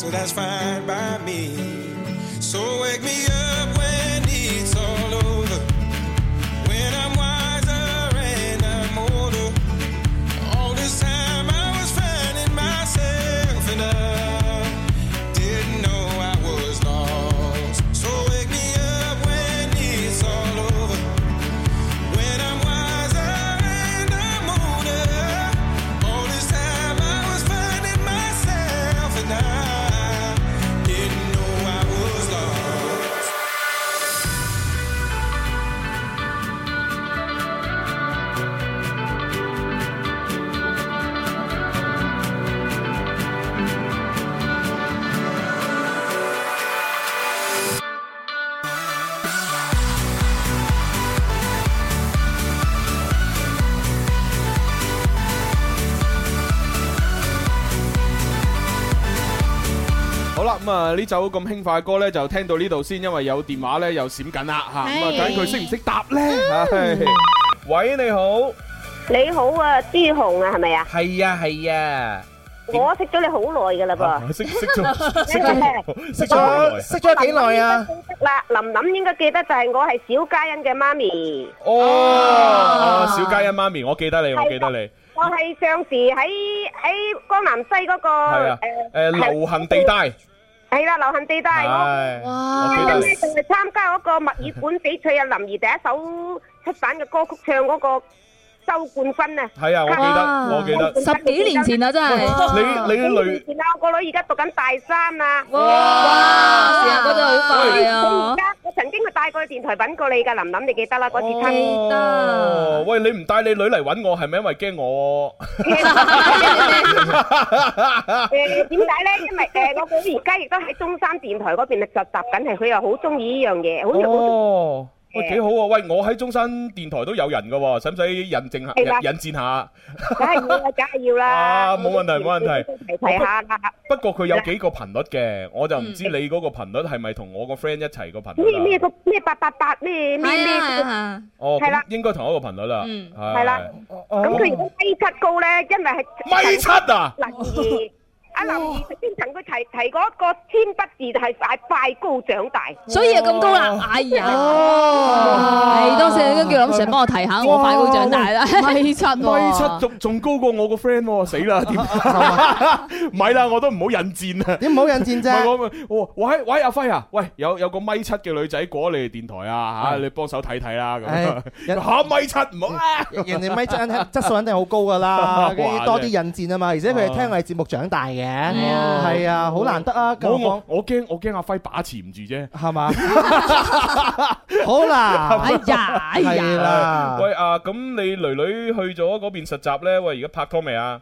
S17: So that's fine by me. So wake me up when it's all over. When I'm wiser and I'm older. All this time I was finding myself and I didn't know I was lost. So wake me up when it's all over. When I'm wiser and I'm older. All this time I was finding myself and I didn't know I was lost.
S3: 好啦，咁啊呢首咁輕快嘅歌咧就聽到呢度先，因為有電話咧又閃緊啦嚇，咁啊
S7: 係
S3: 究竟佢識唔識答咧？唉喂，你好，
S9: 你好啊，朱紅啊，係咪啊？
S3: 係啊係啊，
S9: 我識咗你好耐㗎啦噃。
S3: 識識咗
S4: 識咗識咗識咗幾耐啊？
S9: 啦，琳琳應該記得就係我係小嘉欣嘅媽咪。
S3: 哦，小嘉欣媽咪，我記得你，我記得你，
S9: 我係上時喺喺江南西嗰個
S3: 係啊
S9: 誒，
S3: 誒流行啊地帶，
S9: 係啦，流行地帶
S3: 係
S9: 我。
S3: 哇
S9: 嘉欣咧就係參加嗰個墨爾本翡翠啊，林怡第一首出版嘅歌曲唱嗰個周冠軍啊。
S3: 係啊，我記得，我記得。
S9: 十幾年前啊，真
S3: 係你你女
S9: 前啊，我個女而家讀緊大三啊！
S3: 哇
S10: 時間過得好快啊
S9: 佢而家我曾經去帶過去電台揾過你㗎，琳琳你記得啦，嗰次親。
S3: 哦，喂，你唔帶你女嚟揾我，係咪因為驚 我？
S9: 誒點解咧？因為誒我個女而家亦都喺中山電台嗰邊實習緊，係佢又好中意呢樣嘢，好好
S3: 哦，喂，幾好啊！喂，我喺中山電台都有人噶喎，使唔使引證下、
S9: 係啦
S3: 引引薦下？
S9: 梗係要啦，梗係要啦。
S3: 啊，冇問題，冇問題。
S9: 提提下啦。
S3: 不過佢有幾個頻率嘅，我就唔知你嗰個頻率係咪同我個 friend 一齊個頻率
S9: 咩
S3: 啦。
S9: 咩個咩八八八咩咩咩
S10: 係啊
S3: 哦，
S9: 係啦
S3: 咁應該同一個頻率啦。
S9: 嗯
S3: 係哦
S9: 係啦咁佢而家米七高咧，因為係
S3: 米七啊
S9: 林 儀，阿林儀先曾佢提提嗰個千筆字就係快快高長大，
S10: 所以就咁高
S3: 哦
S10: 啦。哎呀，係當時都叫林 Sir 幫我提下，我
S3: 哇
S10: 快高長大啦，
S3: 米七米七仲仲高過我個 friend 喎，死啦！
S4: à.
S3: 點咪啦，我都唔好引戰啊！
S4: 你唔好引戰啫
S3: 啫。我喂喂阿輝啊，喂有有個米七嘅女仔過嚟你哋電台啊嚇，你幫手睇睇啦
S4: 唉
S3: 咁。啊嚇米七唔 好啊！
S4: 人哋咪真質素肯定好高噶 啦，跟住
S3: 哇
S4: 多啲引戰啊嘛，而且佢係聽我哋節目長大嘅，
S3: 啊
S4: 係啊，好難得啊！
S3: 我
S4: 咁講
S3: 我我驚我驚阿輝把持唔住啫，
S4: 係 嘛？好啦，
S3: 哎
S10: 呀哎呀
S4: 係啦，
S3: 喂啊，咁你女女去咗嗰邊實習咧？喂，而家拍拖未啊？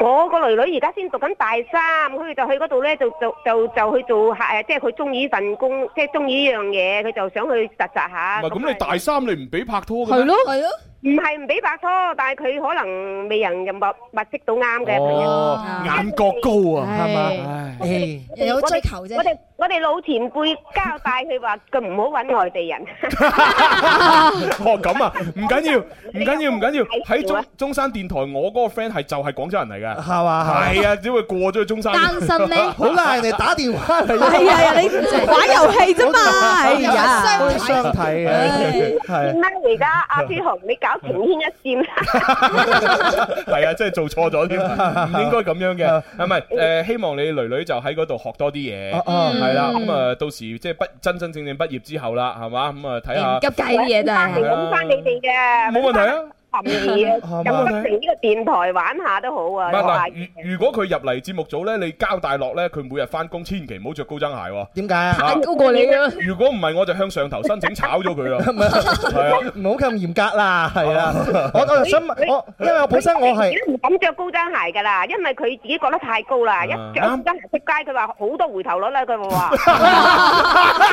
S9: 我個女女而家先讀緊大三，佢就去嗰度咧就就就就去做下誒，即係佢中意呢份工，即係中意呢樣嘢，佢就想去實習下。
S3: 唔係咁你大三你唔俾拍拖嘅咩
S9: 係咯係咯，唔係唔俾拍拖，但係佢可能未人人物物色到啱嘅朋友。
S4: 眼角高啊，係嘛？唉。
S9: 有追求啫。我哋我哋老前輩交代佢話，佢唔好揾外地人。
S3: 哦，咁啊，唔緊要，唔緊要，唔緊要。喺中中山電台，我嗰個 friend 係就係廣州人嚟嘅，
S4: 係嘛
S3: 係啊，只會過咗去中山。
S4: 單身呢好啦人哋打電話嚟
S6: 係啊，係啊你 玩遊戲啫嘛，哎呀，
S4: 相睇嘅，
S9: 點
S3: 係
S9: 解而家阿朱紅你搞情牽一線？
S3: 係啊，真係做錯 咗添，唔應該咁樣嘅。啊係咪？誒，希望你女女就喺嗰度學多啲嘢，
S4: 啊啊
S3: 係啦。
S4: 嗯
S3: 咁啊，到時即係畢真真正正畢業之後啦，係嘛？咁啊，睇
S9: 嗯
S3: 下
S15: 急計啲嘢真係
S9: 嚟揾
S4: 啊
S9: 翻你哋嘅，
S3: 冇問題啊。
S9: 含義啊，入得成呢個電台玩下都好啊！
S3: 唔
S9: 我話
S3: 係嗱，如如果佢入嚟節目組咧，你交大落咧，佢每日翻工千祈唔好着高踭鞋喎。
S4: 點解啊
S3: 啊
S4: 太高過你啊
S3: 如果唔係，我就向上頭申請炒 咗佢啦。係啊，
S4: 唔好咁嚴格啦，係啊。我-我就想問-我-
S9: 佢
S4: 因為我本身我係-
S9: 而家唔敢着高踭鞋㗎啦，因為佢自己覺得太高啦，一着高踭鞋出街，佢話好多回頭率啦，佢話。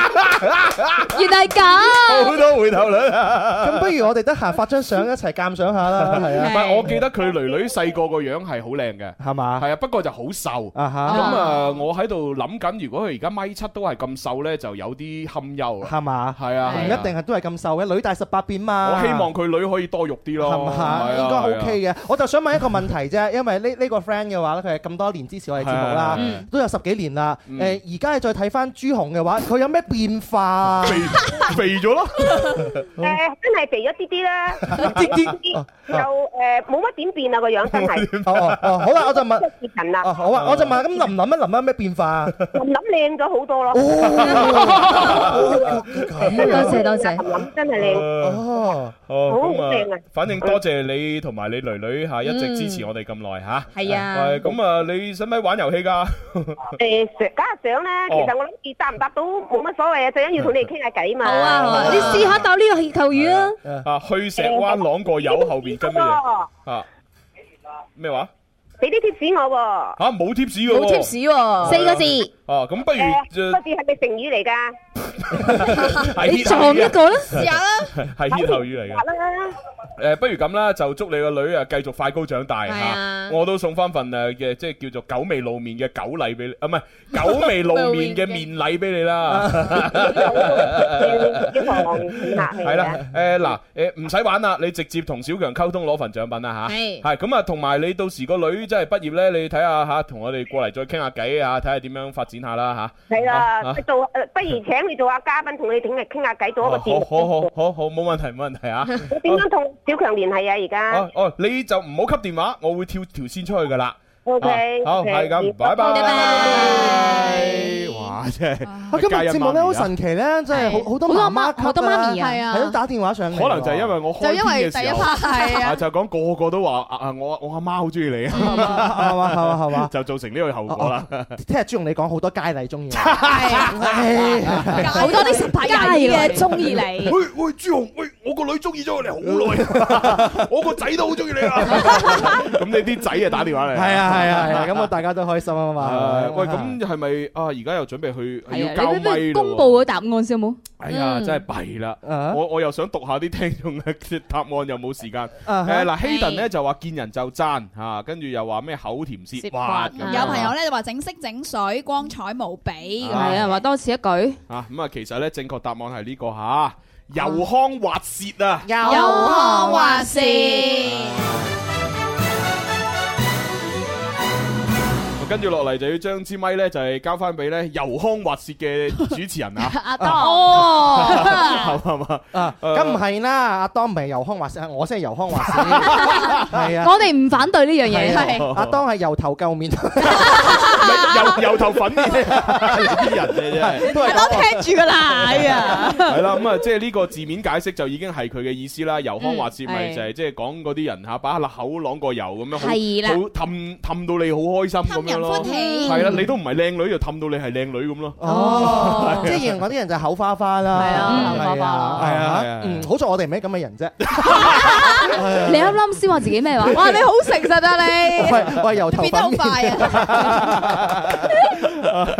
S6: 原來係咁。
S4: 咁不如我哋得閒發張相一齊鑑賞下啦，係啊。
S3: 唔 係，我記得佢女女細個個樣係好靚嘅，
S4: 係嘛？
S3: 係啊，不過就好瘦。
S4: 啊哈
S3: 咁啊，我喺度諗緊，如果佢而家米七都係咁瘦咧，就有啲堪憂啦。
S4: 係嘛？
S3: 係啊，
S4: 唔
S3: 係
S4: 一
S3: 啊。
S4: 定係都係咁瘦嘅，女大18變嘛。
S3: 我希望佢女可以多肉啲咯。
S4: 係嘛？
S3: 係啊
S4: 應該 OK
S3: 係啊
S4: 嘅。我就想問一個問題啫，因為呢呢個 friend 嘅話咧，佢係咁多年支持我哋節目啦
S3: 係嗯，
S4: 都有十幾年啦。
S3: 嗯
S4: 誒，而家你再睇翻朱紅嘅話，佢有咩變 化啊？
S3: 肥 咗咯，
S9: 誒，哦真係肥咗啲啲啦，
S4: 啲啲
S9: 又誒冇乜點變啊個樣，真係。
S4: 哦哦哦，好啦，我就問，
S9: 人啦，
S4: 哦好啊，我就
S3: 嗯
S4: 問咁林林一林有咩變化啊？
S9: 林林靚咗好多咯。
S4: 哦
S3: 多謝
S9: 多謝。林林真係靚。Ờ.
S4: 哦，
S3: 哦，
S9: 好
S3: 咁
S9: 靚
S3: 啊
S9: 啊，
S3: 反正多謝你同埋你女女嚇一直支持我哋咁耐嚇。
S9: 係啊
S3: 係咁啊，你使唔使玩遊戲 㗎？
S9: 誒，上加上咧，其實
S3: 哦
S9: 我諗住答唔答到冇乜所謂啊，最緊要同你哋傾下偈嘛。
S15: 好啊好啊，你試下鬥呢個氣球魚啊！
S3: 啊，去石灣啷過友後
S9: 哦
S3: 邊跟咩嘢？啊咩話？
S9: 俾啲貼士我喎。
S3: 嚇冇 tips 㗎喎。
S9: 喎
S3: 四個字哦，咁不如
S9: 誒個字係咪成語嚟㗎？
S3: 係歇後語啊
S9: 試下啦。
S3: 係歇後語嚟嘅。
S9: 啦。
S3: 誒，不如咁啦，就祝你個女啊繼續快高長大
S9: 係啊
S3: 嚇！我都送翻份誒嘅，即係叫做久未露面嘅狗禮俾你，啊唔係 久未露 面嘅面禮俾你 啦。
S9: 一個望遠客嚟
S11: 啊
S3: 係啦
S9: 嘅。，
S3: 誒嗱，誒唔使玩啦，你直接同小強溝通攞份獎品啦吓，
S9: 係
S3: 係咁啊，同埋你到時個女真係畢業咧，你睇下吓，同我哋過嚟再傾下偈啊，睇下點樣發展下啦吓。
S9: 係
S3: 啊
S9: 啦
S3: 啊，
S9: 做誒不如請你做下嘉賓，同你傾下傾下偈，做一個
S3: 哦
S9: 節
S3: 好
S9: 目。
S3: 好好好好，冇問題冇問題啊。
S9: 我點樣同小強聯繫啊？而家
S3: 哦哦，你就唔好扱電話，我會跳條線出去噶啦。
S9: OK，
S3: 啊好
S9: OK，
S3: 係咁，拜拜。
S9: 拜拜
S3: 哇，真係
S4: 啊，今日節目咧好神奇咧，真係好好多媽媽級
S6: 好多媽咪啊
S4: 係都打電話上嚟喎。
S3: 可能就係因為我開
S6: 就因為
S3: 篇
S6: 第一
S3: 嘅時候
S6: part 係啊
S3: 就講個個都話啊啊，我我阿媽好中意你啊，
S4: 係嘛係嘛係嘛， 哦
S3: 就造成呢個後果啦。
S4: 聽日朱紅你講好多佳麗中意我。
S6: 好多啲十八廿二嘅中意你。
S3: 喂喂，朱紅，喂，我個女中意咗你好耐啊，我個仔都好中意你 啊。咁你啲仔啊打電話嚟。
S4: 係啊係啊係啊，咁我大家都開心啊嘛。
S3: 喂，咁係咪啊？而家又準備去
S10: 係
S3: 要
S10: 啊，
S3: 交
S10: 你不
S3: 咪
S10: 如公
S3: 咯喎？
S10: 布個答案先好冇？
S3: 哎呀，
S10: 嗯
S3: 真係弊啦！
S4: 啊
S3: 我我又想讀下啲聽眾嘅 答案，又冇時間。
S4: 啊
S3: 誒
S12: 係
S3: 嗱，Hayden 咧就話見人就讚嚇，跟住又話咩口甜舌滑咁樣。
S12: 有朋友咧就話整色整水，光彩無比咁樣。
S3: 係啊話
S12: 多此一舉。
S3: 啊，咁啊，其實咧正確答案係呢個嚇，油腔滑舌啊！
S12: 有康話事，
S3: 跟住落嚟就要將支咪咧就係交翻俾咧油腔滑舌嘅主持人啊！
S6: 阿
S4: 當
S3: 係嘛係嘛
S4: 啊，咁唔係啦，阿當唔係油腔滑舌，我先係油腔滑舌，係啊。
S10: 我哋唔反對呢樣嘢，
S4: 係啊阿當係油頭垢 面，
S3: 油油 頭粉面啲人嘅啫，
S4: 都係咁啊
S6: 聽住噶 啦，哎呀！
S3: 係啦，咁啊，即係呢個字面解釋就已經係佢嘅意思啦。油腔滑舌咪
S10: 嗯係
S3: 就係即係講嗰啲人嚇，把口啷過油咁樣，好
S10: 係啦
S3: 好氹氹到你好開心咁樣
S4: 氹人
S3: 咯。
S4: 歡喜
S3: 係啦，你都唔係靚女就氹到你係靚女咁咯。
S4: 哦，即係
S3: 係啊
S4: 形容嗰啲人就口花花啦，係
S10: 啊口
S4: 係
S10: 花
S4: 啊，
S10: 花
S3: 係啊係啊
S4: 嗯，好在我哋唔係咁嘅人啫，
S10: 你啱啱先話自己咩話？
S6: 哇，你好誠實啊你！
S4: 喂喂，油頭
S6: 你變得好
S4: 粉面
S6: 快啊！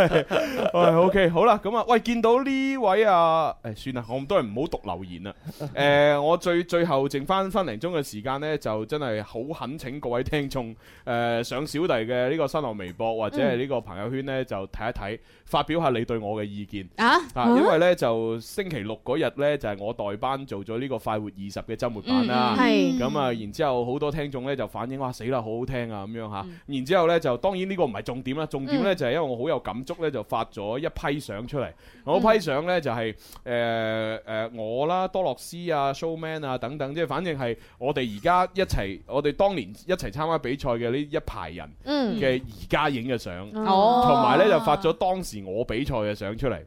S3: 唉，OK，好啦，咁啊，喂，見到呢位啊，誒，算啦，我咁多人唔好讀留 言啦。誒，我最最後剩翻分零鐘嘅時間呢，就真係好懇請各位聽眾誒上小弟嘅呢個新浪微博或
S6: 嗯
S3: 者係呢個朋友圈呢，就睇一睇，發表下你對我嘅意見。
S6: 啊
S3: 啊，因為呢，就星期六嗰日呢，就係我代班做咗呢個快活二十嘅週末版啦。
S6: 嗯嗯係
S3: 咁啊，然之後好多聽眾呢，就反映哇死啦，好好聽啊咁樣嚇。
S1: 嗯
S3: 然之後呢，就當然呢個唔係重點啦，重點呢
S16: 嗯
S3: 就係因為我好有感觸呢，就發咗一批相出嚟。
S1: 嗯
S3: 我批相呢，就係誒誒我啦、多樂斯啊、Showman 啊等等，即係反正係我哋而家一齊，我哋當年一齊參加比賽嘅呢一排人
S1: 嗯
S3: 嘅而家影嘅相，
S1: 哦
S3: 同埋呢就發咗當時我比賽嘅相出嚟，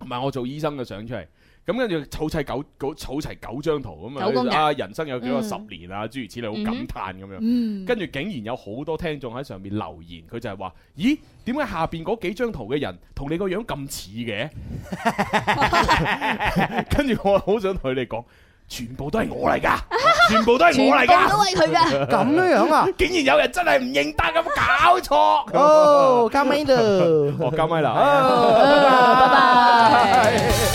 S3: 同埋我做醫生嘅相出嚟。咁跟住湊齊九九湊齊九張圖
S1: 九宮
S3: 咁
S1: 格
S3: 啊！啊人生有幾多
S1: 嗯
S3: 十年啊，諸如此類，好感嘆咁樣。
S1: 嗯
S3: 跟住竟然有好多聽眾喺上面留言，佢就係話：咦，點解下邊嗰幾張圖嘅人同你個樣咁似 嘅？跟住我好想同佢哋講，全部都係 我嚟㗎，全部都係我嚟㗎，
S4: 全部都係佢㗎咁樣啊！
S3: 竟然有人真係唔認得，咁搞錯。
S4: 哦，加咪度。
S3: 哦，加咪啦。
S1: 拜拜。